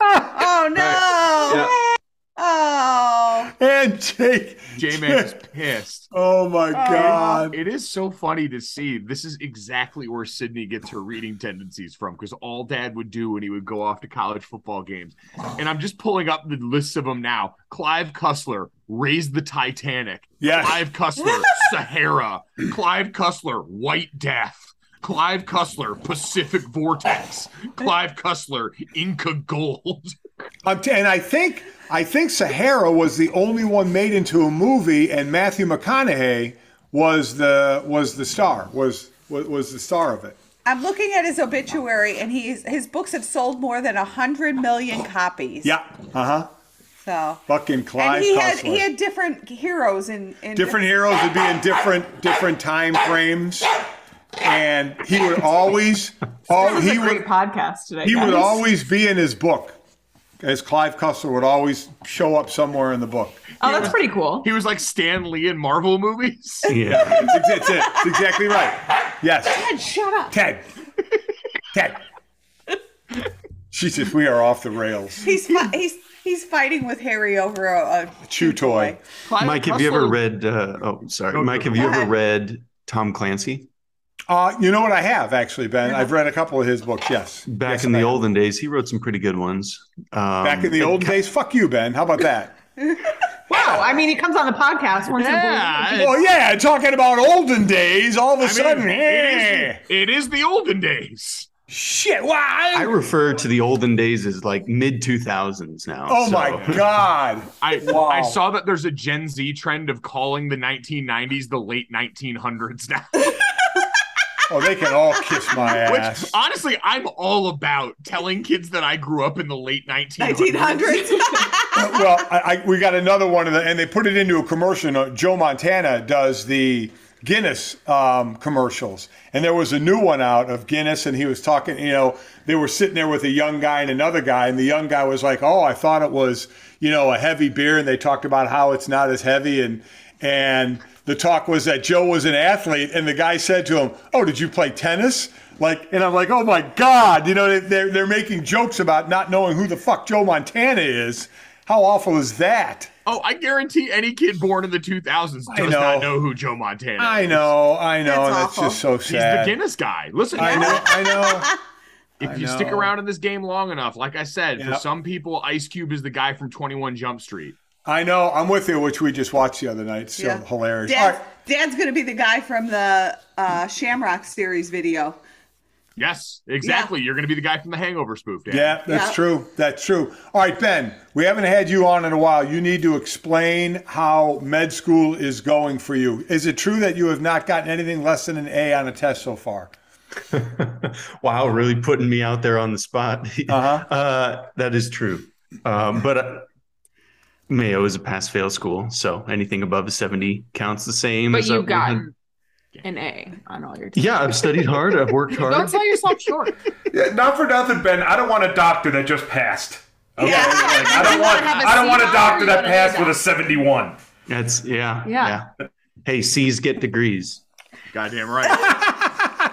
[SPEAKER 2] Oh no! Oh.
[SPEAKER 3] And Jake,
[SPEAKER 5] J Man is pissed.
[SPEAKER 3] Oh my God.
[SPEAKER 5] It is so funny to see. This is exactly where Sydney gets her reading tendencies from because all dad would do when he would go off to college football games. And I'm just pulling up the lists of them now. Clive Cussler, Raise the Titanic.
[SPEAKER 3] Yes.
[SPEAKER 5] Clive
[SPEAKER 2] <laughs>
[SPEAKER 5] Cussler, Sahara. Clive Cussler, White Death. Clive Cussler, Pacific Vortex. Clive Cussler, Inca Gold. <laughs>
[SPEAKER 3] I'm t- and I think I think Sahara was the only one made into a movie, and Matthew McConaughey was the was the star was was, was the star of it.
[SPEAKER 2] I'm looking at his obituary, and he's his books have sold more than hundred million copies.
[SPEAKER 3] Yeah. Uh huh.
[SPEAKER 2] So.
[SPEAKER 3] Fucking Clive
[SPEAKER 2] and he
[SPEAKER 3] Cussler.
[SPEAKER 2] had he had different heroes in, in
[SPEAKER 3] different heroes would be in different different time frames, and he would always
[SPEAKER 4] That
[SPEAKER 3] all
[SPEAKER 4] was
[SPEAKER 3] he
[SPEAKER 4] a great
[SPEAKER 3] would
[SPEAKER 4] podcast today.
[SPEAKER 3] he
[SPEAKER 4] guys.
[SPEAKER 3] would always be in his book, as Clive Cussler would always show up somewhere in the book.
[SPEAKER 4] Oh, that's pretty cool.
[SPEAKER 5] He was like Stan Lee in Marvel movies. <laughs>
[SPEAKER 3] Yeah, it's, it's, it's, it's exactly right. Yes.
[SPEAKER 2] Ted, shut up. <laughs>
[SPEAKER 3] Ted. Ted. Jesus, we are off the rails.
[SPEAKER 2] He's fi- he's he's fighting with Harry over a, a
[SPEAKER 3] Chew toy.
[SPEAKER 7] Mike, have you ever read? Uh, oh, sorry, Mike, have you ever read Tom Clancy?
[SPEAKER 3] Uh, you know what I have actually, Ben. I've read a couple of his books. Yes.
[SPEAKER 7] Back
[SPEAKER 3] Yes,
[SPEAKER 7] in
[SPEAKER 3] I
[SPEAKER 7] the
[SPEAKER 3] have.
[SPEAKER 7] olden days, he wrote some pretty good
[SPEAKER 2] <laughs>
[SPEAKER 7] ones. Um,
[SPEAKER 3] Back in the olden days, fuck you, Ben. How about that?
[SPEAKER 4] Wow. I mean, he comes on the podcast once
[SPEAKER 5] Yeah,
[SPEAKER 4] in a blue moon.
[SPEAKER 3] Well, yeah. Talking about olden days, all of a
[SPEAKER 5] I mean,
[SPEAKER 3] sudden, eh.
[SPEAKER 5] it, is, it is the olden days.
[SPEAKER 3] shit. Why?
[SPEAKER 7] I refer to the olden days as like mid two thousands now.
[SPEAKER 3] Oh
[SPEAKER 7] so-
[SPEAKER 3] my God.
[SPEAKER 5] I
[SPEAKER 3] Wow.
[SPEAKER 5] I saw that there's a Gen Z trend of calling the 1990s the late 1900s now, <laughs>
[SPEAKER 3] Oh, they can all kiss my ass.
[SPEAKER 5] which honestly I'm all about telling kids that I grew up in the late 1900s. <laughs>
[SPEAKER 2] 1900s.
[SPEAKER 3] well, I, I, we got another one of the, and they put it into a commercial. You know, Joe Montana does the Guinness um, commercials, and there was a new one out of Guinness, and he was talking. You know, they were sitting there with a young guy and another guy, and the young guy was like, "Oh, I thought it was you know a heavy beer," and they talked about how it's not as heavy, and and the talk was that Joe was an athlete, and the guy said to him, "Oh, did you play tennis?" Like, and I'm like, "Oh my God!" You know, they- they're they're making jokes about not knowing who the fuck Joe Montana is. How awful is that?
[SPEAKER 5] Oh, I guarantee any kid born in the 2000s does
[SPEAKER 3] I know.
[SPEAKER 5] not know who Joe Montana. is.
[SPEAKER 3] I know, I
[SPEAKER 2] That's
[SPEAKER 3] know, and
[SPEAKER 2] awful.
[SPEAKER 3] that's just so
[SPEAKER 5] He's the
[SPEAKER 3] sad.
[SPEAKER 5] Guinness guy. Listen,
[SPEAKER 7] <laughs>
[SPEAKER 3] I know, I know.
[SPEAKER 5] if
[SPEAKER 3] I
[SPEAKER 5] you stick
[SPEAKER 3] know.
[SPEAKER 5] around in this game long enough, like I said, for
[SPEAKER 3] Yep.
[SPEAKER 5] some people, Ice Cube is the guy from 21 Jump Street.
[SPEAKER 3] I know. I'm with you, which we just watched the other night. It's still
[SPEAKER 2] Yeah.
[SPEAKER 3] hilarious. All
[SPEAKER 2] Dad's,
[SPEAKER 3] right.
[SPEAKER 2] Dad's gonna be the guy from the uh, Shamrock series video.
[SPEAKER 5] Yes, exactly. You're going to be the guy from the Hangover spoof. Dan.
[SPEAKER 3] Yeah, that's
[SPEAKER 2] Yeah.
[SPEAKER 3] true. That's true. All right, Ben, we haven't had you on in a while. You need to explain how med school is going for you. Is it true that you have not gotten anything less than an A on a test so far?
[SPEAKER 7] Wow, really putting me out there on the spot.
[SPEAKER 3] Uh-huh.
[SPEAKER 7] Uh, that is true. Um, but uh, Mayo is a pass fail school, so anything above a 70 counts the same.
[SPEAKER 4] But
[SPEAKER 7] as a
[SPEAKER 4] you've
[SPEAKER 7] 100
[SPEAKER 4] gotten an A on all your tests.
[SPEAKER 7] Yeah, I've studied hard. <laughs> I've worked
[SPEAKER 4] Don't
[SPEAKER 7] hard.
[SPEAKER 4] sell yourself short.
[SPEAKER 8] Yeah, not for nothing, Ben. I don't want a doctor that just passed. Okay?
[SPEAKER 4] Yeah.
[SPEAKER 8] Like, I
[SPEAKER 4] You
[SPEAKER 8] don't
[SPEAKER 4] wanna
[SPEAKER 8] want.
[SPEAKER 4] have a
[SPEAKER 8] I don't want a
[SPEAKER 4] CR,
[SPEAKER 8] doctor
[SPEAKER 4] you
[SPEAKER 8] that
[SPEAKER 4] wanna
[SPEAKER 8] passed
[SPEAKER 4] do that.
[SPEAKER 8] with a seventy-one.
[SPEAKER 7] That's
[SPEAKER 4] <laughs>
[SPEAKER 7] yeah,
[SPEAKER 4] Yeah.
[SPEAKER 7] yeah. Hey, C's get degrees.
[SPEAKER 5] Goddamn right.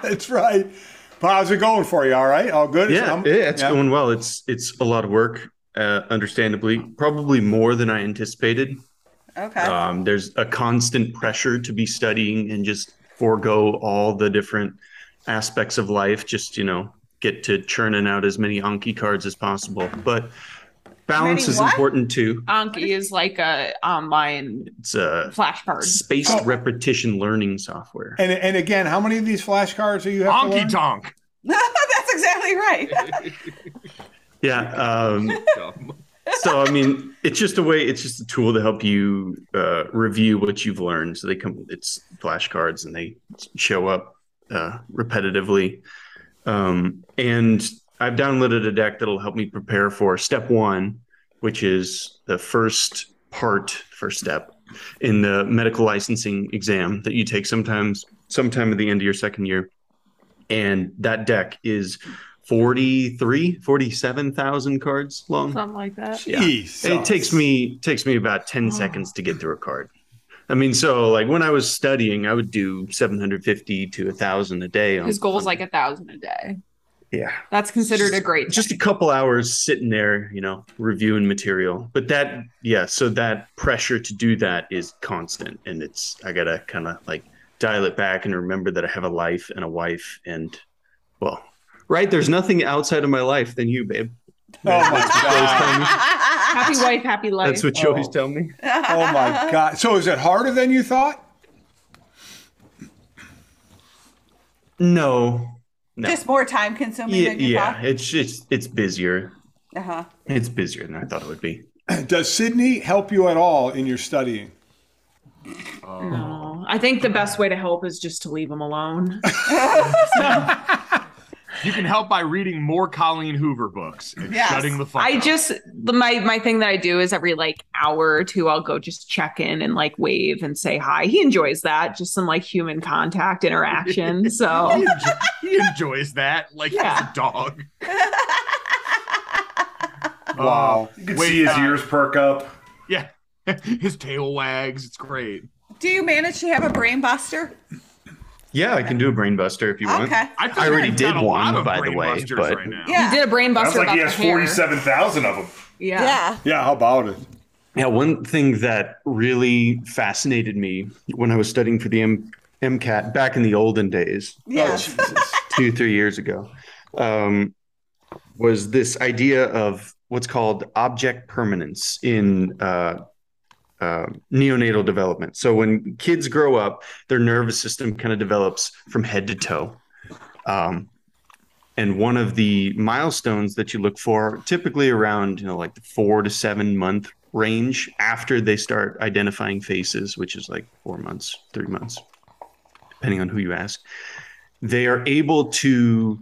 [SPEAKER 3] that's right. Well, how's it going for you? All right, all good.
[SPEAKER 7] Yeah,
[SPEAKER 3] I'm-
[SPEAKER 7] yeah, it's
[SPEAKER 3] yeah.
[SPEAKER 7] going well. It's it's a lot of work, uh, understandably, probably more than I anticipated.
[SPEAKER 2] Okay.
[SPEAKER 7] Um, there's a constant pressure to be studying and just forego all the different aspects of life. Just you know, get to churning out as many Anki cards as possible. But balance
[SPEAKER 4] Many
[SPEAKER 7] is
[SPEAKER 4] what?
[SPEAKER 7] important too.
[SPEAKER 4] Anki is
[SPEAKER 2] <laughs>
[SPEAKER 4] like a online
[SPEAKER 7] It's a
[SPEAKER 4] flashcard.
[SPEAKER 7] spaced repetition learning software.
[SPEAKER 3] And and again, how many of these flashcards are you have to learn?
[SPEAKER 5] Honky tonk.
[SPEAKER 2] That's exactly right.
[SPEAKER 7] Yeah. Um, still, I mean, it's just a way. It's just a tool to help you uh, review what you've learned. So they come, it's flashcards, and they show up uh, repetitively. Um, and I've downloaded a deck that'll help me prepare for step one, which is the first part, first step in the medical licensing exam that you take sometimes, sometime at the end of your second year. And that deck is 43 47,000 cards long.
[SPEAKER 4] Something like that.
[SPEAKER 7] Yeah. It takes me takes me about 10 seconds to get through a card. I mean, so like when I was studying, I would do 750 to 1,000 a day. On,
[SPEAKER 4] His goal is like a thousand a day.
[SPEAKER 7] yeah.
[SPEAKER 4] That's considered a great.
[SPEAKER 7] Just a couple hours sitting there, you know, reviewing material. But that, yeah, so that pressure to do that is constant. And it's, I got to kind of like dial it back and remember that I have a life and a wife. And, well, right? There's nothing outside of my life than you, babe.
[SPEAKER 3] Oh,
[SPEAKER 4] happy wife, happy life.
[SPEAKER 7] That's what you always tell me.
[SPEAKER 3] oh my god! So is it harder than you thought?
[SPEAKER 7] No. <laughs> No.
[SPEAKER 2] Just more time consuming
[SPEAKER 7] yeah,
[SPEAKER 2] than you
[SPEAKER 7] yeah. It's just, it's busier.
[SPEAKER 2] thought. Uh-huh.
[SPEAKER 7] It's busier than I thought it would be.
[SPEAKER 3] Does Sydney help you at all in your studying?
[SPEAKER 4] No. I think the best way to help is just to leave him
[SPEAKER 2] <laughs>
[SPEAKER 4] alone.
[SPEAKER 5] <laughs> You can help by reading more Colleen Hoover books and
[SPEAKER 4] Yes.
[SPEAKER 5] shutting the fuck
[SPEAKER 4] I
[SPEAKER 5] up.
[SPEAKER 4] just the- my my thing that I do is every like hour or two I'll go just check in and like wave and say hi. He enjoys that, just some like human contact
[SPEAKER 5] <laughs>
[SPEAKER 4] interaction. So
[SPEAKER 5] he, enjo- he enjoys that like he's a dog.
[SPEAKER 1] Wow. You can see his
[SPEAKER 8] uh,
[SPEAKER 1] ears perk up.
[SPEAKER 5] Yeah. <laughs> his tail wags. It's great.
[SPEAKER 2] Do you manage to have a brain buster?
[SPEAKER 7] Yeah, I can do a brain buster if you want.
[SPEAKER 2] Okay. I
[SPEAKER 7] I,
[SPEAKER 2] feel like
[SPEAKER 7] already
[SPEAKER 2] I've
[SPEAKER 7] did
[SPEAKER 2] done a lot
[SPEAKER 7] one,
[SPEAKER 2] of
[SPEAKER 7] by the way.
[SPEAKER 5] brainbusters
[SPEAKER 7] But
[SPEAKER 5] right now.
[SPEAKER 2] Yeah.
[SPEAKER 4] did a brain
[SPEAKER 1] Sounds
[SPEAKER 4] buster
[SPEAKER 1] like
[SPEAKER 4] about
[SPEAKER 1] he
[SPEAKER 4] the
[SPEAKER 1] has
[SPEAKER 4] hair.
[SPEAKER 1] 47,000 of them.
[SPEAKER 4] Yeah.
[SPEAKER 3] Yeah, how about it?
[SPEAKER 7] yeah, one thing that really fascinated me when I was studying for the M- MCAT back in the olden days,
[SPEAKER 2] Yeah.
[SPEAKER 7] two three years ago, um, was this idea of what's called object permanence in uh, uh, neonatal development. So when kids grow up, their nervous system kind of develops from head to toe. Um, and one of the milestones that you look for typically around you know like the four to seven month range after they start identifying faces which is like four months three months depending on who you ask they are able to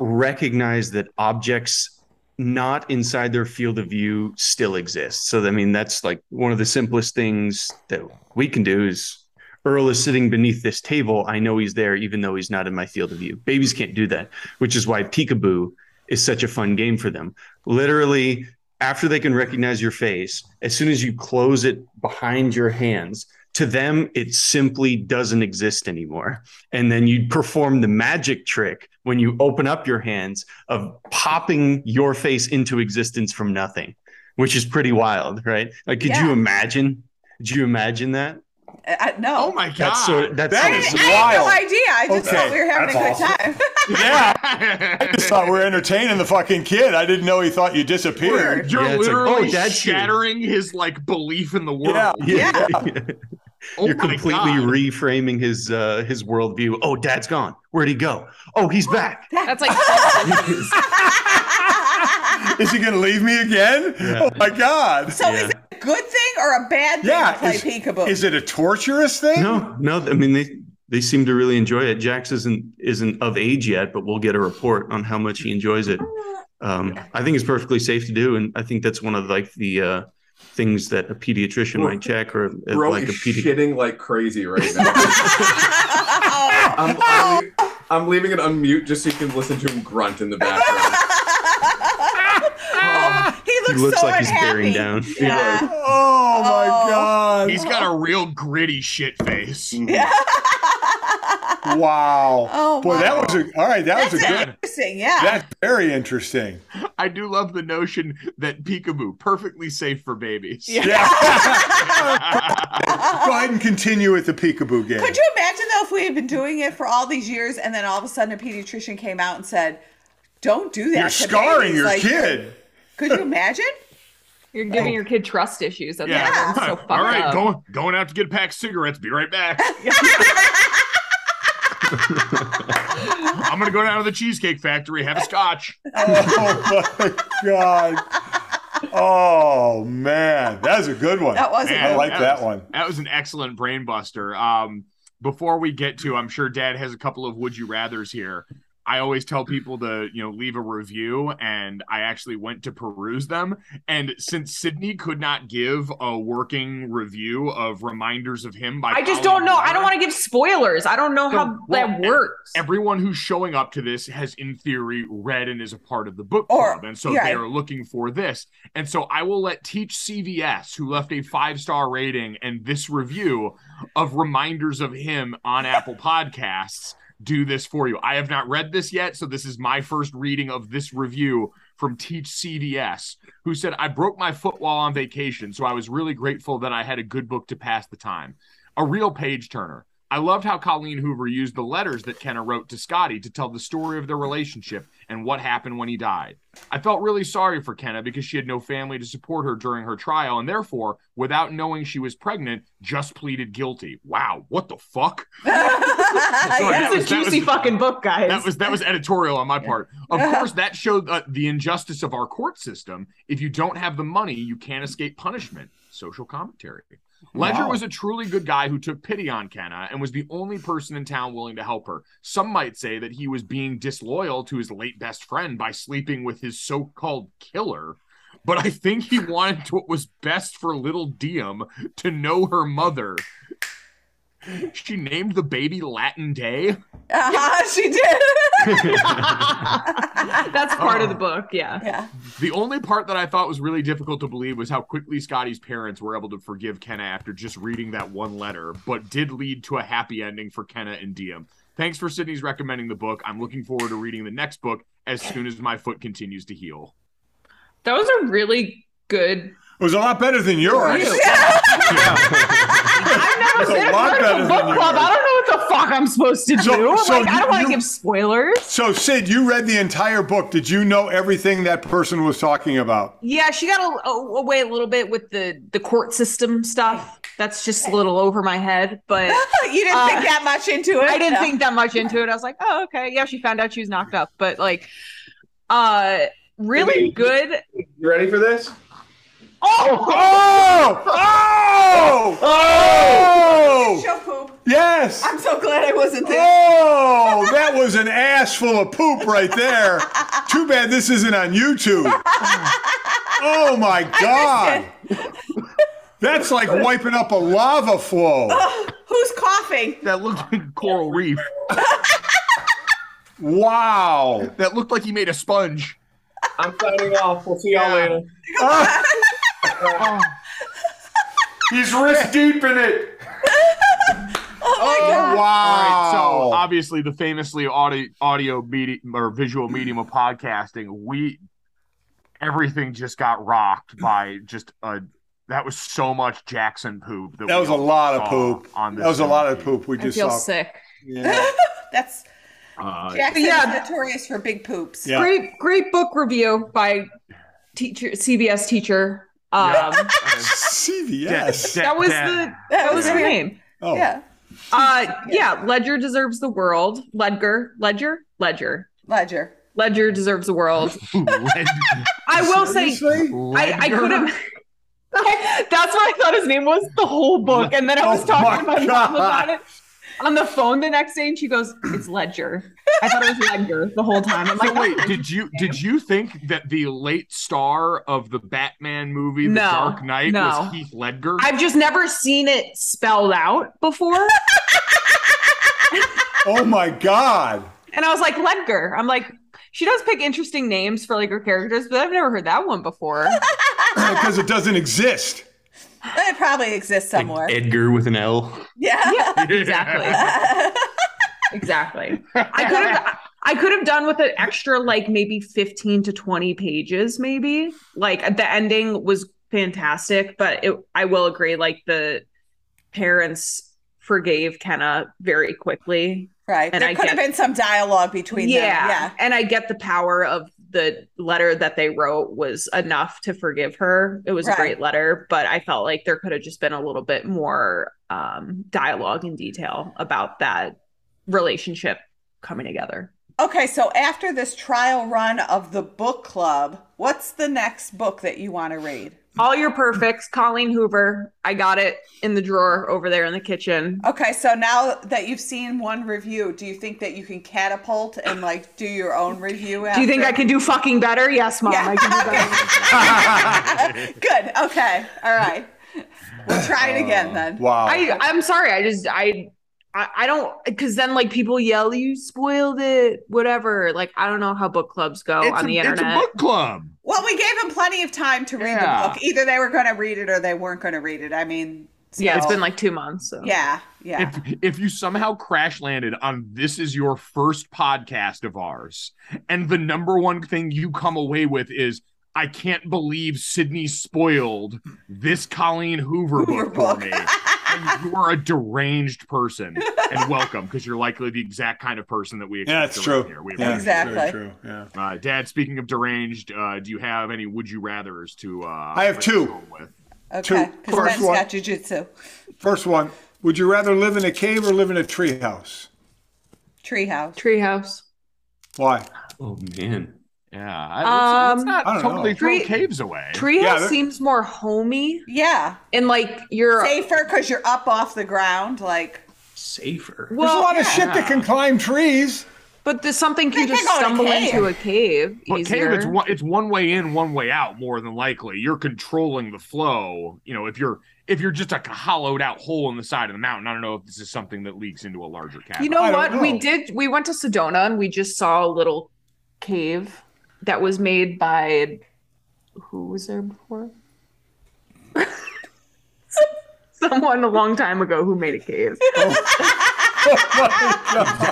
[SPEAKER 7] recognize that objects not inside their field of view still exist. So, I mean, that's like one of the simplest things that we can do is Earl is sitting beneath this table. I know he's there, even though he's not in my field of view. Babies can't do that, which is why peekaboo is such a fun game for them. Literally, after they can recognize your face, as soon as you close it behind your hands, to them, it simply doesn't exist anymore. And then you perform the magic trick when you open up your hands of popping your face into existence from nothing, which is pretty wild, right? Like, could you
[SPEAKER 2] Yeah.
[SPEAKER 7] imagine? Did you imagine that?
[SPEAKER 2] I, I- no. Oh my
[SPEAKER 7] That's so. That's
[SPEAKER 2] I,
[SPEAKER 7] so
[SPEAKER 2] didn't- I had no idea. I just thought we were having a good time.
[SPEAKER 3] Yeah.
[SPEAKER 7] <laughs>
[SPEAKER 5] <laughs>
[SPEAKER 3] I just thought we were entertaining the fucking kid. I didn't know he thought you disappeared.
[SPEAKER 7] oh,
[SPEAKER 5] You're literally shattering his like belief in the world. <laughs>
[SPEAKER 7] Yeah.
[SPEAKER 5] Oh
[SPEAKER 7] You're
[SPEAKER 5] my
[SPEAKER 7] completely <laughs>
[SPEAKER 5] God. <laughs>
[SPEAKER 7] reframing his uh, his worldview. Oh, dad's gone. Where'd he go? Oh, he's back.
[SPEAKER 4] That's like
[SPEAKER 3] Is he going to leave me again? Oh my God.
[SPEAKER 2] So is it a <laughs> good thing or a bad thing to play
[SPEAKER 7] Yeah,
[SPEAKER 2] peekaboo?
[SPEAKER 3] it a torturous thing?
[SPEAKER 7] No,
[SPEAKER 3] <laughs>
[SPEAKER 7] no. I mean, they they seem to really enjoy it. Jax isn't isn't of age yet, but we'll get a report on how much he enjoys it. Um, I think it's perfectly safe to do, and I think that's one of like the uh, things that a pediatrician might check or uh,
[SPEAKER 6] Bro
[SPEAKER 7] like a
[SPEAKER 6] is
[SPEAKER 7] pedi-
[SPEAKER 6] shitting like
[SPEAKER 2] <laughs>
[SPEAKER 6] crazy right now. I'm, I'm, leaving, I'm leaving it unmute just so you can listen to him grunt in the background.
[SPEAKER 2] he
[SPEAKER 6] looks looks so like he's
[SPEAKER 5] bearing
[SPEAKER 6] bearing
[SPEAKER 5] down.
[SPEAKER 6] Yeah.
[SPEAKER 3] Oh my god.
[SPEAKER 5] He's got a real gritty shit face.
[SPEAKER 4] Mm.
[SPEAKER 3] Wow.
[SPEAKER 5] Oh,
[SPEAKER 3] Boy,
[SPEAKER 5] wow.
[SPEAKER 3] that was a. All right, that was a good.
[SPEAKER 2] Interesting, yeah.
[SPEAKER 3] That's very interesting.
[SPEAKER 5] I do love the notion that peekaboo perfectly safe for babies.
[SPEAKER 3] Go ahead and continue with the peekaboo game.
[SPEAKER 2] Could you imagine though if we had been doing it for all these years and then all of a sudden a pediatrician came out and said, "Don't do that."
[SPEAKER 3] You're
[SPEAKER 2] to
[SPEAKER 3] scarring
[SPEAKER 2] babies."
[SPEAKER 3] your
[SPEAKER 2] Like,
[SPEAKER 3] kid. <laughs>
[SPEAKER 2] Could you imagine?
[SPEAKER 4] You're giving your kid trust issues. That's
[SPEAKER 5] Yeah.
[SPEAKER 4] yeah. so fucked
[SPEAKER 5] All right,
[SPEAKER 4] up.
[SPEAKER 5] going going out to get a pack of cigarettes. Be right back. <laughs> I'm gonna go down to the cheesecake factory, have a scotch.
[SPEAKER 3] Oh my Oh god. Oh man, that's a good one.
[SPEAKER 5] That was a
[SPEAKER 3] I
[SPEAKER 5] good
[SPEAKER 3] like
[SPEAKER 5] one.
[SPEAKER 3] that one.
[SPEAKER 5] That was an excellent brain buster. Um, before we get to, I'm sure Dad has a couple of would you rather's here. I always tell people to, you know, leave a review, and I actually went to peruse them. And since Sydney could not give a working review of reminders of him by
[SPEAKER 4] I just
[SPEAKER 5] Colin
[SPEAKER 4] don't know. I don't want to give spoilers. I don't know how that
[SPEAKER 5] well,
[SPEAKER 4] works.
[SPEAKER 5] e- Everyone who's showing up to this has, in theory, read and is a part of the book club, and so
[SPEAKER 4] yeah.
[SPEAKER 5] they are looking for this. And so I will let Teach CVS, who left a five star rating, and this review of reminders of him on Apple Podcasts do this for you. I have not read this yet, so this is my first reading of this review from Teach CVS, who said, I broke my foot while on vacation, so I was really grateful that I had a good book to pass the time. A real page turner. I loved how Colleen Hoover used the letters that Kenna wrote to Scotty to tell the story of their relationship and what happened when he died. I felt really sorry for Kenna because she had no family to support her during her trial and therefore, without knowing she was pregnant, just pleaded guilty. Wow, what the fuck?
[SPEAKER 2] <laughs>
[SPEAKER 4] It's a juicy
[SPEAKER 5] fucking
[SPEAKER 4] book, guys.
[SPEAKER 5] That was that was editorial on my part. Of course, that showed uh, the injustice of our court system. If you don't have the money, you can't escape punishment. Social commentary. Ledger
[SPEAKER 9] Wow.
[SPEAKER 5] was a truly good guy who took pity on Kenna and was the only person in town willing to help her. Some might say that he was being disloyal to his late best friend by sleeping with his so-called killer but I think he wanted what was best for little Diem to know her mother. She named the baby Latin Day.
[SPEAKER 2] Uh-huh,
[SPEAKER 4] <laughs>
[SPEAKER 2] she did.
[SPEAKER 4] That's part of the book. Yeah.
[SPEAKER 2] Yeah.
[SPEAKER 5] The only part that I thought was really difficult to believe was how quickly Scotty's parents were able to forgive Kenna after just reading that one letter, but did lead to a happy ending for Kenna and Diem. Thanks for Sydney's recommending the book. I'm looking forward to reading the next book as soon as my foot continues to heal.
[SPEAKER 4] That was a really good.
[SPEAKER 3] It was a lot better than yours.
[SPEAKER 2] <laughs>
[SPEAKER 4] I've never
[SPEAKER 3] It's a
[SPEAKER 4] been a
[SPEAKER 3] lot
[SPEAKER 4] part of
[SPEAKER 3] better
[SPEAKER 4] a
[SPEAKER 3] than
[SPEAKER 4] book club.
[SPEAKER 3] yours.
[SPEAKER 4] I don't know what the fuck I'm supposed to do. like, I don't want to give spoilers.
[SPEAKER 3] So, Sid, you read the entire book. Did you know everything that person was talking about?
[SPEAKER 4] Yeah, she got a, a- away a little bit with the the court system stuff. That's just a little over my head, but
[SPEAKER 2] <laughs>
[SPEAKER 4] uh,
[SPEAKER 2] You didn't think that much into it?
[SPEAKER 4] I didn't
[SPEAKER 2] No.
[SPEAKER 4] think that much into it. I was like, oh okay, yeah. She found out she was knocked up, but like, uh, really good.
[SPEAKER 8] You ready for this?
[SPEAKER 4] Oh,
[SPEAKER 3] oh, oh, oh!
[SPEAKER 2] Show poop.
[SPEAKER 3] Yes.
[SPEAKER 2] I'm so glad I wasn't there.
[SPEAKER 3] Oh, that was an ass full of poop right there. Too bad this isn't on YouTube. Oh my god. That's like wiping up a lava flow.
[SPEAKER 2] Ugh, who's coughing?
[SPEAKER 5] That looked like coral reef.
[SPEAKER 3] Wow.
[SPEAKER 5] That looked like he made a sponge.
[SPEAKER 8] I'm signing off. We'll see y'all later.
[SPEAKER 5] <laughs>
[SPEAKER 8] He's wrist deep in it.
[SPEAKER 2] Oh, my God.
[SPEAKER 3] Oh.
[SPEAKER 5] All right, so uh, obviously the famously audio audio medium or visual medium of podcasting, we everything just got rocked by just a that was so much Jackson poop. That,
[SPEAKER 3] That
[SPEAKER 5] we
[SPEAKER 3] was a
[SPEAKER 5] all
[SPEAKER 3] lot of
[SPEAKER 5] saw
[SPEAKER 3] poop.
[SPEAKER 5] On this
[SPEAKER 3] That was a
[SPEAKER 5] film.
[SPEAKER 3] lot of poop. We
[SPEAKER 4] I
[SPEAKER 3] just
[SPEAKER 4] feel
[SPEAKER 3] saw.
[SPEAKER 4] sick.
[SPEAKER 3] <laughs> Yeah.
[SPEAKER 2] That's
[SPEAKER 5] Uh,
[SPEAKER 2] Jackson's
[SPEAKER 4] Yeah.
[SPEAKER 2] notorious for big poops.
[SPEAKER 4] Great, great book review by teacher CBS teacher. Um,
[SPEAKER 3] CVS.
[SPEAKER 4] that was the that was her
[SPEAKER 2] Yeah.
[SPEAKER 4] name.
[SPEAKER 3] Oh.
[SPEAKER 2] Yeah.
[SPEAKER 4] Uh, yeah, Ledger deserves the world. Ledger, Ledger, Ledger,
[SPEAKER 2] Ledger.
[SPEAKER 4] Ledger deserves the
[SPEAKER 2] <laughs>
[SPEAKER 4] world. I will say, I, I could have. <laughs> That's what I thought his name was the whole book, and then I was
[SPEAKER 2] Oh
[SPEAKER 4] talking
[SPEAKER 2] my
[SPEAKER 4] to my mom
[SPEAKER 2] God.
[SPEAKER 4] about it on the phone the next day, and she goes, "It's Ledger." I thought it was Ledger the whole time. I'm
[SPEAKER 5] So
[SPEAKER 4] like,
[SPEAKER 2] <laughs>
[SPEAKER 5] wait, did you did you think that the late star of the Batman movie, The
[SPEAKER 4] No,
[SPEAKER 5] Dark Knight,
[SPEAKER 4] no.
[SPEAKER 5] was Heath Ledger?
[SPEAKER 4] I've just never seen it spelled out before.
[SPEAKER 3] oh my god.
[SPEAKER 4] And I was like, Ledger. I'm like, she does pick interesting names for like her characters, but I've never heard that one before.
[SPEAKER 3] Because it doesn't exist.
[SPEAKER 2] It probably exists somewhere.
[SPEAKER 7] Edgar with an L.
[SPEAKER 2] yeah.
[SPEAKER 4] exactly. exactly.
[SPEAKER 2] <laughs>
[SPEAKER 4] I could have I could have done with an extra like maybe 15 to 20 pages, maybe. Like the ending was fantastic, but it, I will agree, like the parents forgave Kenna very quickly.
[SPEAKER 2] Right. there could have been some dialogue between
[SPEAKER 4] yeah,
[SPEAKER 2] them. Yeah.
[SPEAKER 4] And I get the power of the letter that they wrote was enough to forgive her. It was
[SPEAKER 2] Right.
[SPEAKER 4] a great letter, but I felt like there could have just been a little bit more um, dialogue and detail about that relationship coming together.
[SPEAKER 2] Okay, so after this trial run of the book club, what's the next book that you want to read?
[SPEAKER 4] All your perfects, Colleen Hoover. I got it in the drawer over there in the kitchen.
[SPEAKER 2] Okay, so now that you've seen one review, do you think that you can catapult and like do your own review?
[SPEAKER 4] Do you think I
[SPEAKER 2] after?
[SPEAKER 4] can do fucking better? Yes, mom. I can do better.
[SPEAKER 2] <laughs> Good. Okay. All right. We'll try it again then.
[SPEAKER 3] Oh.
[SPEAKER 4] I, I'm sorry. I just I I, I don't because then like people yell, "You spoiled it," whatever. Like I don't know how book clubs go
[SPEAKER 2] It's
[SPEAKER 4] on
[SPEAKER 2] a-
[SPEAKER 4] the
[SPEAKER 2] it's a
[SPEAKER 4] internet.
[SPEAKER 2] book
[SPEAKER 5] club.
[SPEAKER 2] Well, we gave them plenty of time to read
[SPEAKER 4] Yeah.
[SPEAKER 2] the book. Either they were going to read it or they weren't going to read it. I mean,
[SPEAKER 4] Yeah, it's
[SPEAKER 2] so-
[SPEAKER 4] been like two months. So.
[SPEAKER 2] Yeah. Yeah.
[SPEAKER 5] If, if you somehow crash landed on this is your first podcast of ours, and the number one thing you come away with is, I can't believe Sydney spoiled this Colleen Hoover, book for me. and you are a deranged person, and welcome because you're likely the exact kind of person that we expect
[SPEAKER 3] Yeah, it's
[SPEAKER 5] around
[SPEAKER 3] true.
[SPEAKER 5] here. We
[SPEAKER 3] Yeah,
[SPEAKER 5] appreciate
[SPEAKER 3] it's
[SPEAKER 5] it.
[SPEAKER 3] very Exactly. true, yeah.
[SPEAKER 5] Uh, Dad, speaking of deranged, uh, do you have any would you rather's to? Uh,
[SPEAKER 3] I have two.
[SPEAKER 5] With?
[SPEAKER 2] Okay.
[SPEAKER 3] Two.
[SPEAKER 2] Because Ben's
[SPEAKER 3] First one.
[SPEAKER 2] got jujitsu.
[SPEAKER 3] First one. Would you rather live in a cave or live in a treehouse?
[SPEAKER 2] Treehouse.
[SPEAKER 4] Treehouse.
[SPEAKER 3] Why?
[SPEAKER 7] Oh man.
[SPEAKER 5] Yeah.
[SPEAKER 4] I- let's- Um, let's not
[SPEAKER 5] totally throw
[SPEAKER 4] Tree-
[SPEAKER 5] caves away.
[SPEAKER 4] Treehouse seems more homey.
[SPEAKER 2] Yeah.
[SPEAKER 4] And like you're
[SPEAKER 2] safer because you're up off the ground. Like
[SPEAKER 7] safer.
[SPEAKER 3] There's a lot of shit that can climb trees.
[SPEAKER 4] But there's something can
[SPEAKER 2] They
[SPEAKER 4] just
[SPEAKER 2] can go to
[SPEAKER 4] stumble
[SPEAKER 2] cave.
[SPEAKER 4] into a cave
[SPEAKER 5] But
[SPEAKER 4] easier.
[SPEAKER 5] cave, it's one, it's one way in, one way out. More than likely, you're controlling the flow. You know, if you're if you're just like a hollowed out hole in the side of the mountain, I don't know if this is something that leaks into a larger cavern.
[SPEAKER 4] You know what? We did. We went to Sedona and we just saw a little cave that was made by who was there before? <laughs> Someone a long time ago who made a cave.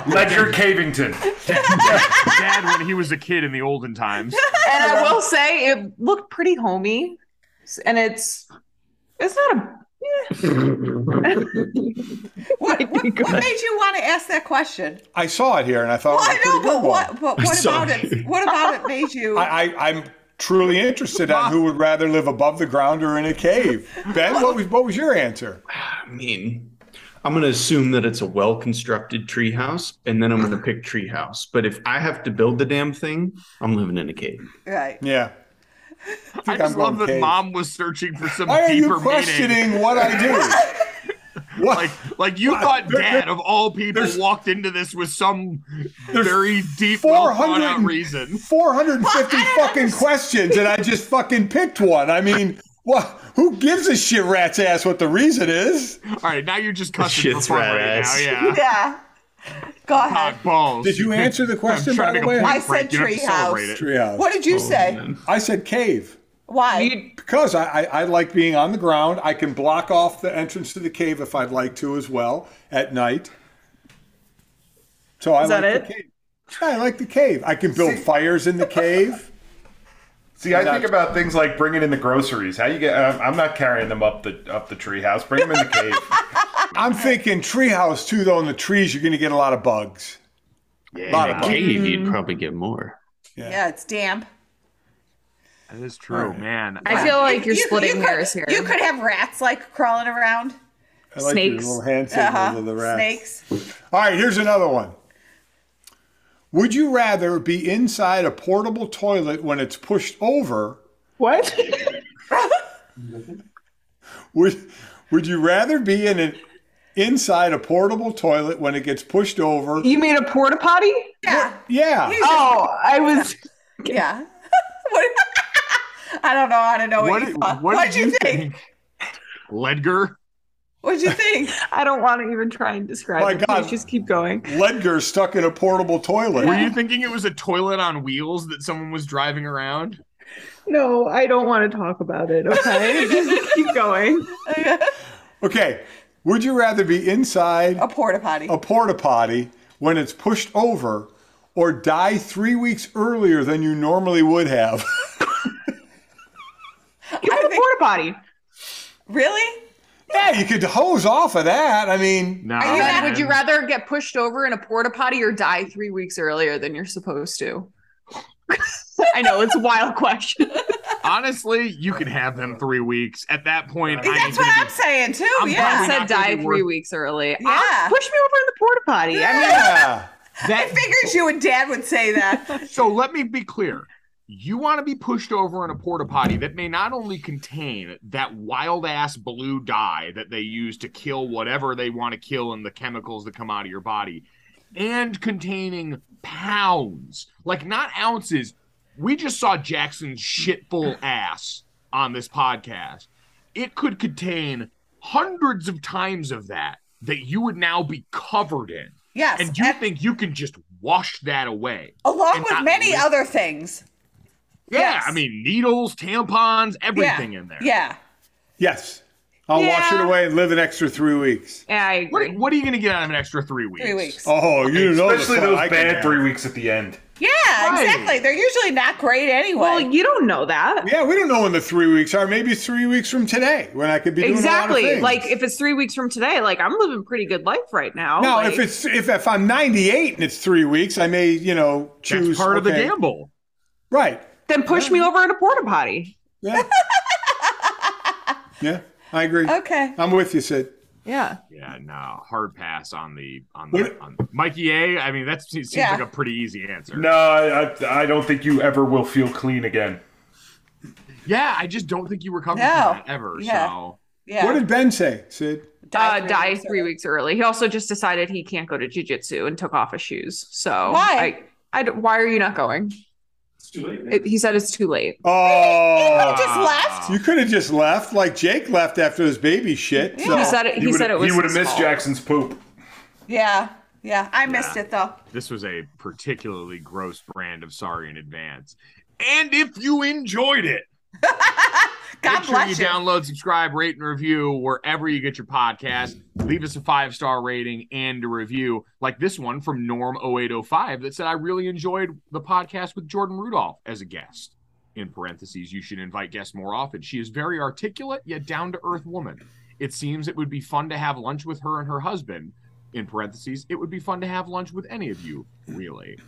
[SPEAKER 8] Ledger Cavington.
[SPEAKER 5] <laughs> Dad, when he was a kid in the olden times,
[SPEAKER 4] and I will say it looked pretty homey, and it's it's not a. <laughs>
[SPEAKER 2] what, what, what made you want to ask that question?
[SPEAKER 3] I saw it here and I thought.
[SPEAKER 2] Well, I know, but
[SPEAKER 3] what?
[SPEAKER 2] what, but what about it? What about it made you?
[SPEAKER 3] I, I, I'm truly interested on who would rather live above the ground or in a cave. Ben, what was what was your answer?
[SPEAKER 7] I mean, I'm going to assume that it's a well-constructed treehouse, and then I'm going to pick treehouse. But if I have to build the damn thing, I'm living in a cave.
[SPEAKER 2] right.
[SPEAKER 3] <laughs> Yeah.
[SPEAKER 5] <laughs> I,
[SPEAKER 3] I'm
[SPEAKER 5] just
[SPEAKER 3] going
[SPEAKER 5] love that
[SPEAKER 3] cave.
[SPEAKER 5] Mom was searching for some
[SPEAKER 3] Why are
[SPEAKER 5] deeper
[SPEAKER 3] you questioning
[SPEAKER 5] meaning.
[SPEAKER 3] what I do?
[SPEAKER 5] <laughs>
[SPEAKER 3] What?
[SPEAKER 5] Like, like you thought, Dad of all people walked into this with some
[SPEAKER 3] There's
[SPEAKER 5] very deep, well thought out
[SPEAKER 3] 400
[SPEAKER 5] reason.
[SPEAKER 3] 450 fucking questions and I just fucking picked one. I mean, what? Who gives a shit rat's ass what the reason is?
[SPEAKER 5] All right, now you're just cussing for
[SPEAKER 7] Shit's
[SPEAKER 5] fun
[SPEAKER 7] rat
[SPEAKER 5] right
[SPEAKER 7] ass.
[SPEAKER 5] now. Yeah.
[SPEAKER 2] Yeah. Go ahead.
[SPEAKER 5] Cock balls.
[SPEAKER 3] Did you answer the
[SPEAKER 5] <laughs> I'm
[SPEAKER 3] question,
[SPEAKER 5] trying
[SPEAKER 3] by
[SPEAKER 5] to
[SPEAKER 3] the
[SPEAKER 5] make a
[SPEAKER 3] way?
[SPEAKER 5] point, I said Frank. You don't have to celebrate it.
[SPEAKER 3] Treehouse.
[SPEAKER 2] What did you say?
[SPEAKER 3] I said cave.
[SPEAKER 2] Why?
[SPEAKER 3] Because I, I, I like being on the ground. I can block off the entrance to the cave if I'd like to as well at night. So I
[SPEAKER 4] Is that
[SPEAKER 3] like
[SPEAKER 4] it?
[SPEAKER 3] the cave. Yeah, I like the cave. I can build fires in the
[SPEAKER 5] <laughs>
[SPEAKER 3] cave.
[SPEAKER 8] See, I think about things like bringing in the groceries. How you get? Um, I'm not carrying them up the up the treehouse. Bring them in the cave.
[SPEAKER 3] I'm thinking treehouse too, though. In the trees, you're going to get a lot of bugs.
[SPEAKER 7] Yeah,
[SPEAKER 3] Lot
[SPEAKER 7] in
[SPEAKER 3] of
[SPEAKER 7] a
[SPEAKER 3] bugs.
[SPEAKER 7] cave, you'd probably get more.
[SPEAKER 2] Yeah. it's damp.
[SPEAKER 5] That is true, man.
[SPEAKER 4] I feel like you're
[SPEAKER 2] You- you
[SPEAKER 4] splitting
[SPEAKER 2] could-
[SPEAKER 4] hairs here.
[SPEAKER 2] You could have rats like crawling around.
[SPEAKER 3] I like your little hand signals
[SPEAKER 2] Uh-huh.
[SPEAKER 3] of the rats.
[SPEAKER 2] Snakes.
[SPEAKER 3] All right, here's another one. Would you rather be inside a portable toilet when it's pushed over?
[SPEAKER 4] What?
[SPEAKER 3] would Would you rather be in an inside a portable toilet when it gets pushed over?
[SPEAKER 4] You mean a porta potty?
[SPEAKER 2] Yeah.
[SPEAKER 3] Yeah.
[SPEAKER 4] Oh,
[SPEAKER 2] <laughs>
[SPEAKER 4] I was.
[SPEAKER 2] Yeah. <laughs> what, I don't know. I don't know what,
[SPEAKER 5] What
[SPEAKER 2] you
[SPEAKER 5] did-
[SPEAKER 2] thought.
[SPEAKER 5] what
[SPEAKER 2] What
[SPEAKER 5] did
[SPEAKER 2] did you
[SPEAKER 5] you
[SPEAKER 2] think?
[SPEAKER 5] Ledger.
[SPEAKER 2] What did you think?
[SPEAKER 4] <laughs> I don't want to even try and describe
[SPEAKER 3] My
[SPEAKER 4] it.
[SPEAKER 3] God.
[SPEAKER 4] Please just keep going.
[SPEAKER 3] Ledger stuck in a portable toilet.
[SPEAKER 5] Were you thinking it was a toilet on wheels that someone was driving around?
[SPEAKER 4] No, I don't want to talk about it. Okay, <laughs> just keep going.
[SPEAKER 3] Okay. Would you rather be inside
[SPEAKER 2] a porta potty?
[SPEAKER 3] A porta potty when it's pushed over, or die three weeks earlier than you normally would have? <laughs>
[SPEAKER 4] Give it a porta potty.
[SPEAKER 2] Really?
[SPEAKER 3] yeah, you could hose off of that. I mean,
[SPEAKER 4] Are you mad? Would you rather get pushed over in a porta potty or die three weeks earlier than you're supposed to? I know it's a wild question.
[SPEAKER 5] Honestly, you can have them three weeks. At that point, I ain't
[SPEAKER 2] That's what
[SPEAKER 5] gonna
[SPEAKER 2] <laughs> I'm saying too.
[SPEAKER 4] I'm
[SPEAKER 2] yeah.
[SPEAKER 4] said
[SPEAKER 5] gonna
[SPEAKER 4] die
[SPEAKER 5] be
[SPEAKER 4] three
[SPEAKER 5] worth-
[SPEAKER 4] weeks early.
[SPEAKER 2] Yeah.
[SPEAKER 4] I'll push me over in the porta potty. I mean,
[SPEAKER 3] Yeah.
[SPEAKER 2] I figured you and Dad would
[SPEAKER 4] <laughs>
[SPEAKER 2] say that.
[SPEAKER 5] so let me be clear. You want to be pushed over in a porta potty that may not only contain that wild ass blue dye that they use to kill whatever they want to kill and the chemicals that come out of your body, and containing pounds, like not ounces. We just saw Jackson's shit full ass on this podcast. It could contain hundreds of times of that that you would now be covered in.
[SPEAKER 2] Yes,
[SPEAKER 5] And you think you can just wash that away.
[SPEAKER 2] Along
[SPEAKER 5] and
[SPEAKER 2] with
[SPEAKER 5] not
[SPEAKER 2] many
[SPEAKER 5] risk-
[SPEAKER 2] other things.
[SPEAKER 5] Yeah,
[SPEAKER 2] yes.
[SPEAKER 5] I mean needles, tampons, everything
[SPEAKER 2] yeah.
[SPEAKER 5] in there.
[SPEAKER 2] Yeah.
[SPEAKER 3] Yes. I'll wash it
[SPEAKER 2] Yeah.
[SPEAKER 3] away and live an extra three weeks.
[SPEAKER 4] Yeah, I
[SPEAKER 5] agree. What, what are you going to get out of an extra three weeks?
[SPEAKER 2] Three weeks.
[SPEAKER 3] Oh, you know, the
[SPEAKER 8] Especially
[SPEAKER 3] fun
[SPEAKER 8] those
[SPEAKER 3] I can
[SPEAKER 8] bad
[SPEAKER 3] have.
[SPEAKER 8] three weeks at the end.
[SPEAKER 2] Yeah, exactly. They're usually not great anyway.
[SPEAKER 4] Well, you don't know that.
[SPEAKER 3] Yeah, we don't know when the three weeks are. Maybe it's three weeks from today when I could be doing A lot of
[SPEAKER 4] Exactly.
[SPEAKER 3] things.
[SPEAKER 4] Like if it's three weeks from today, like I'm living pretty good life right now.
[SPEAKER 3] now,
[SPEAKER 4] Like,
[SPEAKER 3] if it's if, if I'm 98 and it's three weeks, I may you know choose
[SPEAKER 5] part of the
[SPEAKER 3] okay.
[SPEAKER 5] gamble.
[SPEAKER 3] Right.
[SPEAKER 4] then push me over in a porta potty. <laughs>
[SPEAKER 3] Yeah. yeah, I agree.
[SPEAKER 2] Okay.
[SPEAKER 3] I'm with you, Sid.
[SPEAKER 4] Yeah.
[SPEAKER 5] Yeah, no, hard pass on the on
[SPEAKER 3] What-
[SPEAKER 5] the on Mikey A. I mean, that se- seems
[SPEAKER 2] Yeah.
[SPEAKER 5] like a pretty easy answer.
[SPEAKER 8] No, I, I, I don't think you ever will feel clean again.
[SPEAKER 5] Yeah, I just don't think you recovered
[SPEAKER 4] No.
[SPEAKER 5] from that ever.
[SPEAKER 4] Yeah.
[SPEAKER 5] So
[SPEAKER 3] What did Ben say, Sid?
[SPEAKER 4] Die, uh, three, die weeks three weeks early. He also just decided he can't go to jujitsu and took off his shoes. So
[SPEAKER 2] Why?
[SPEAKER 4] I, I d- why are you not going? It's
[SPEAKER 7] too late.
[SPEAKER 4] he said it's too late.
[SPEAKER 3] Oh, you
[SPEAKER 4] could've just left.
[SPEAKER 3] You could have just left, like Jake left after his baby shit.
[SPEAKER 4] He said it- he He would've- said it was he would've his missed fault.
[SPEAKER 3] Jackson's poop.
[SPEAKER 2] Yeah. Yeah. I missed
[SPEAKER 5] Yeah.
[SPEAKER 2] it though.
[SPEAKER 5] this was a particularly gross brand of sorry in advance. And if you enjoyed it,
[SPEAKER 2] <laughs> God
[SPEAKER 5] make sure
[SPEAKER 2] bless
[SPEAKER 5] you
[SPEAKER 2] you.
[SPEAKER 5] download, subscribe, rate, and review wherever you get your podcast. Leave us a five star rating and a review, like this one from Norm0805 that said, I really enjoyed the podcast with Jordan Rudolph as a guest. In parentheses, you should invite guests more often. She is very articulate, yet down to earth woman. It seems it would be fun to have lunch with her and her husband. In parentheses, it would be fun to have lunch with any of you, really.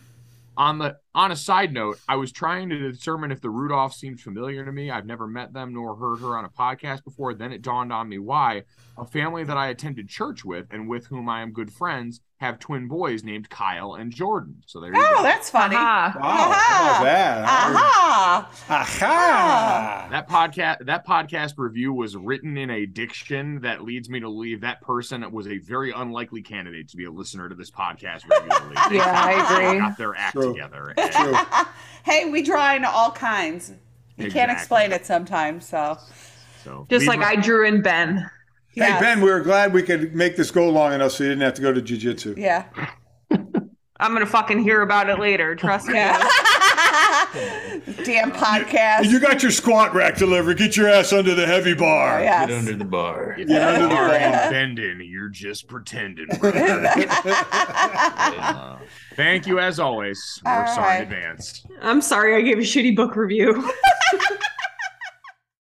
[SPEAKER 5] On the on a side note, I was trying to determine if the Rudolph seemed familiar to me. I've never met them nor heard her on a podcast before. Then it dawned on me why a family that I attended church with and with whom I am good friends have twin boys named Kyle and Jordan. So there you
[SPEAKER 2] Oh,
[SPEAKER 5] go.
[SPEAKER 2] that's funny.
[SPEAKER 4] Uh-huh.
[SPEAKER 2] Ah.
[SPEAKER 3] Wow, how about that?
[SPEAKER 2] Aha.
[SPEAKER 3] Aha.
[SPEAKER 5] That podcast that podcast review was written in a diction that leads me to believe that person was a very unlikely candidate to be a listener to this podcast
[SPEAKER 4] <laughs>
[SPEAKER 5] regularly. They
[SPEAKER 2] Yeah, I agree.
[SPEAKER 5] Got their act together. and-
[SPEAKER 2] Hey, we draw in all kinds. You can't
[SPEAKER 5] Exactly.
[SPEAKER 2] explain it sometimes, so
[SPEAKER 5] so
[SPEAKER 4] Just like I drew in Ben.
[SPEAKER 3] Hey Ben, we were glad we could make this go long enough so you didn't have to go to jujitsu.
[SPEAKER 2] Yeah.
[SPEAKER 4] I'm gonna fucking hear about it later. Trust me. <laughs>
[SPEAKER 2] Damn podcast.
[SPEAKER 3] You got your squat rack delivered. Get your ass under the heavy bar.
[SPEAKER 2] Yes.
[SPEAKER 7] Get under the bar.
[SPEAKER 5] If
[SPEAKER 4] <laughs>
[SPEAKER 3] Get under
[SPEAKER 5] you
[SPEAKER 3] the
[SPEAKER 5] are
[SPEAKER 3] bar.
[SPEAKER 5] bending, you're just pretending. Uh, thank you as always. We're
[SPEAKER 4] All
[SPEAKER 5] sorry
[SPEAKER 4] right.
[SPEAKER 5] in advance.
[SPEAKER 4] I'm sorry I gave a shitty book review. <laughs>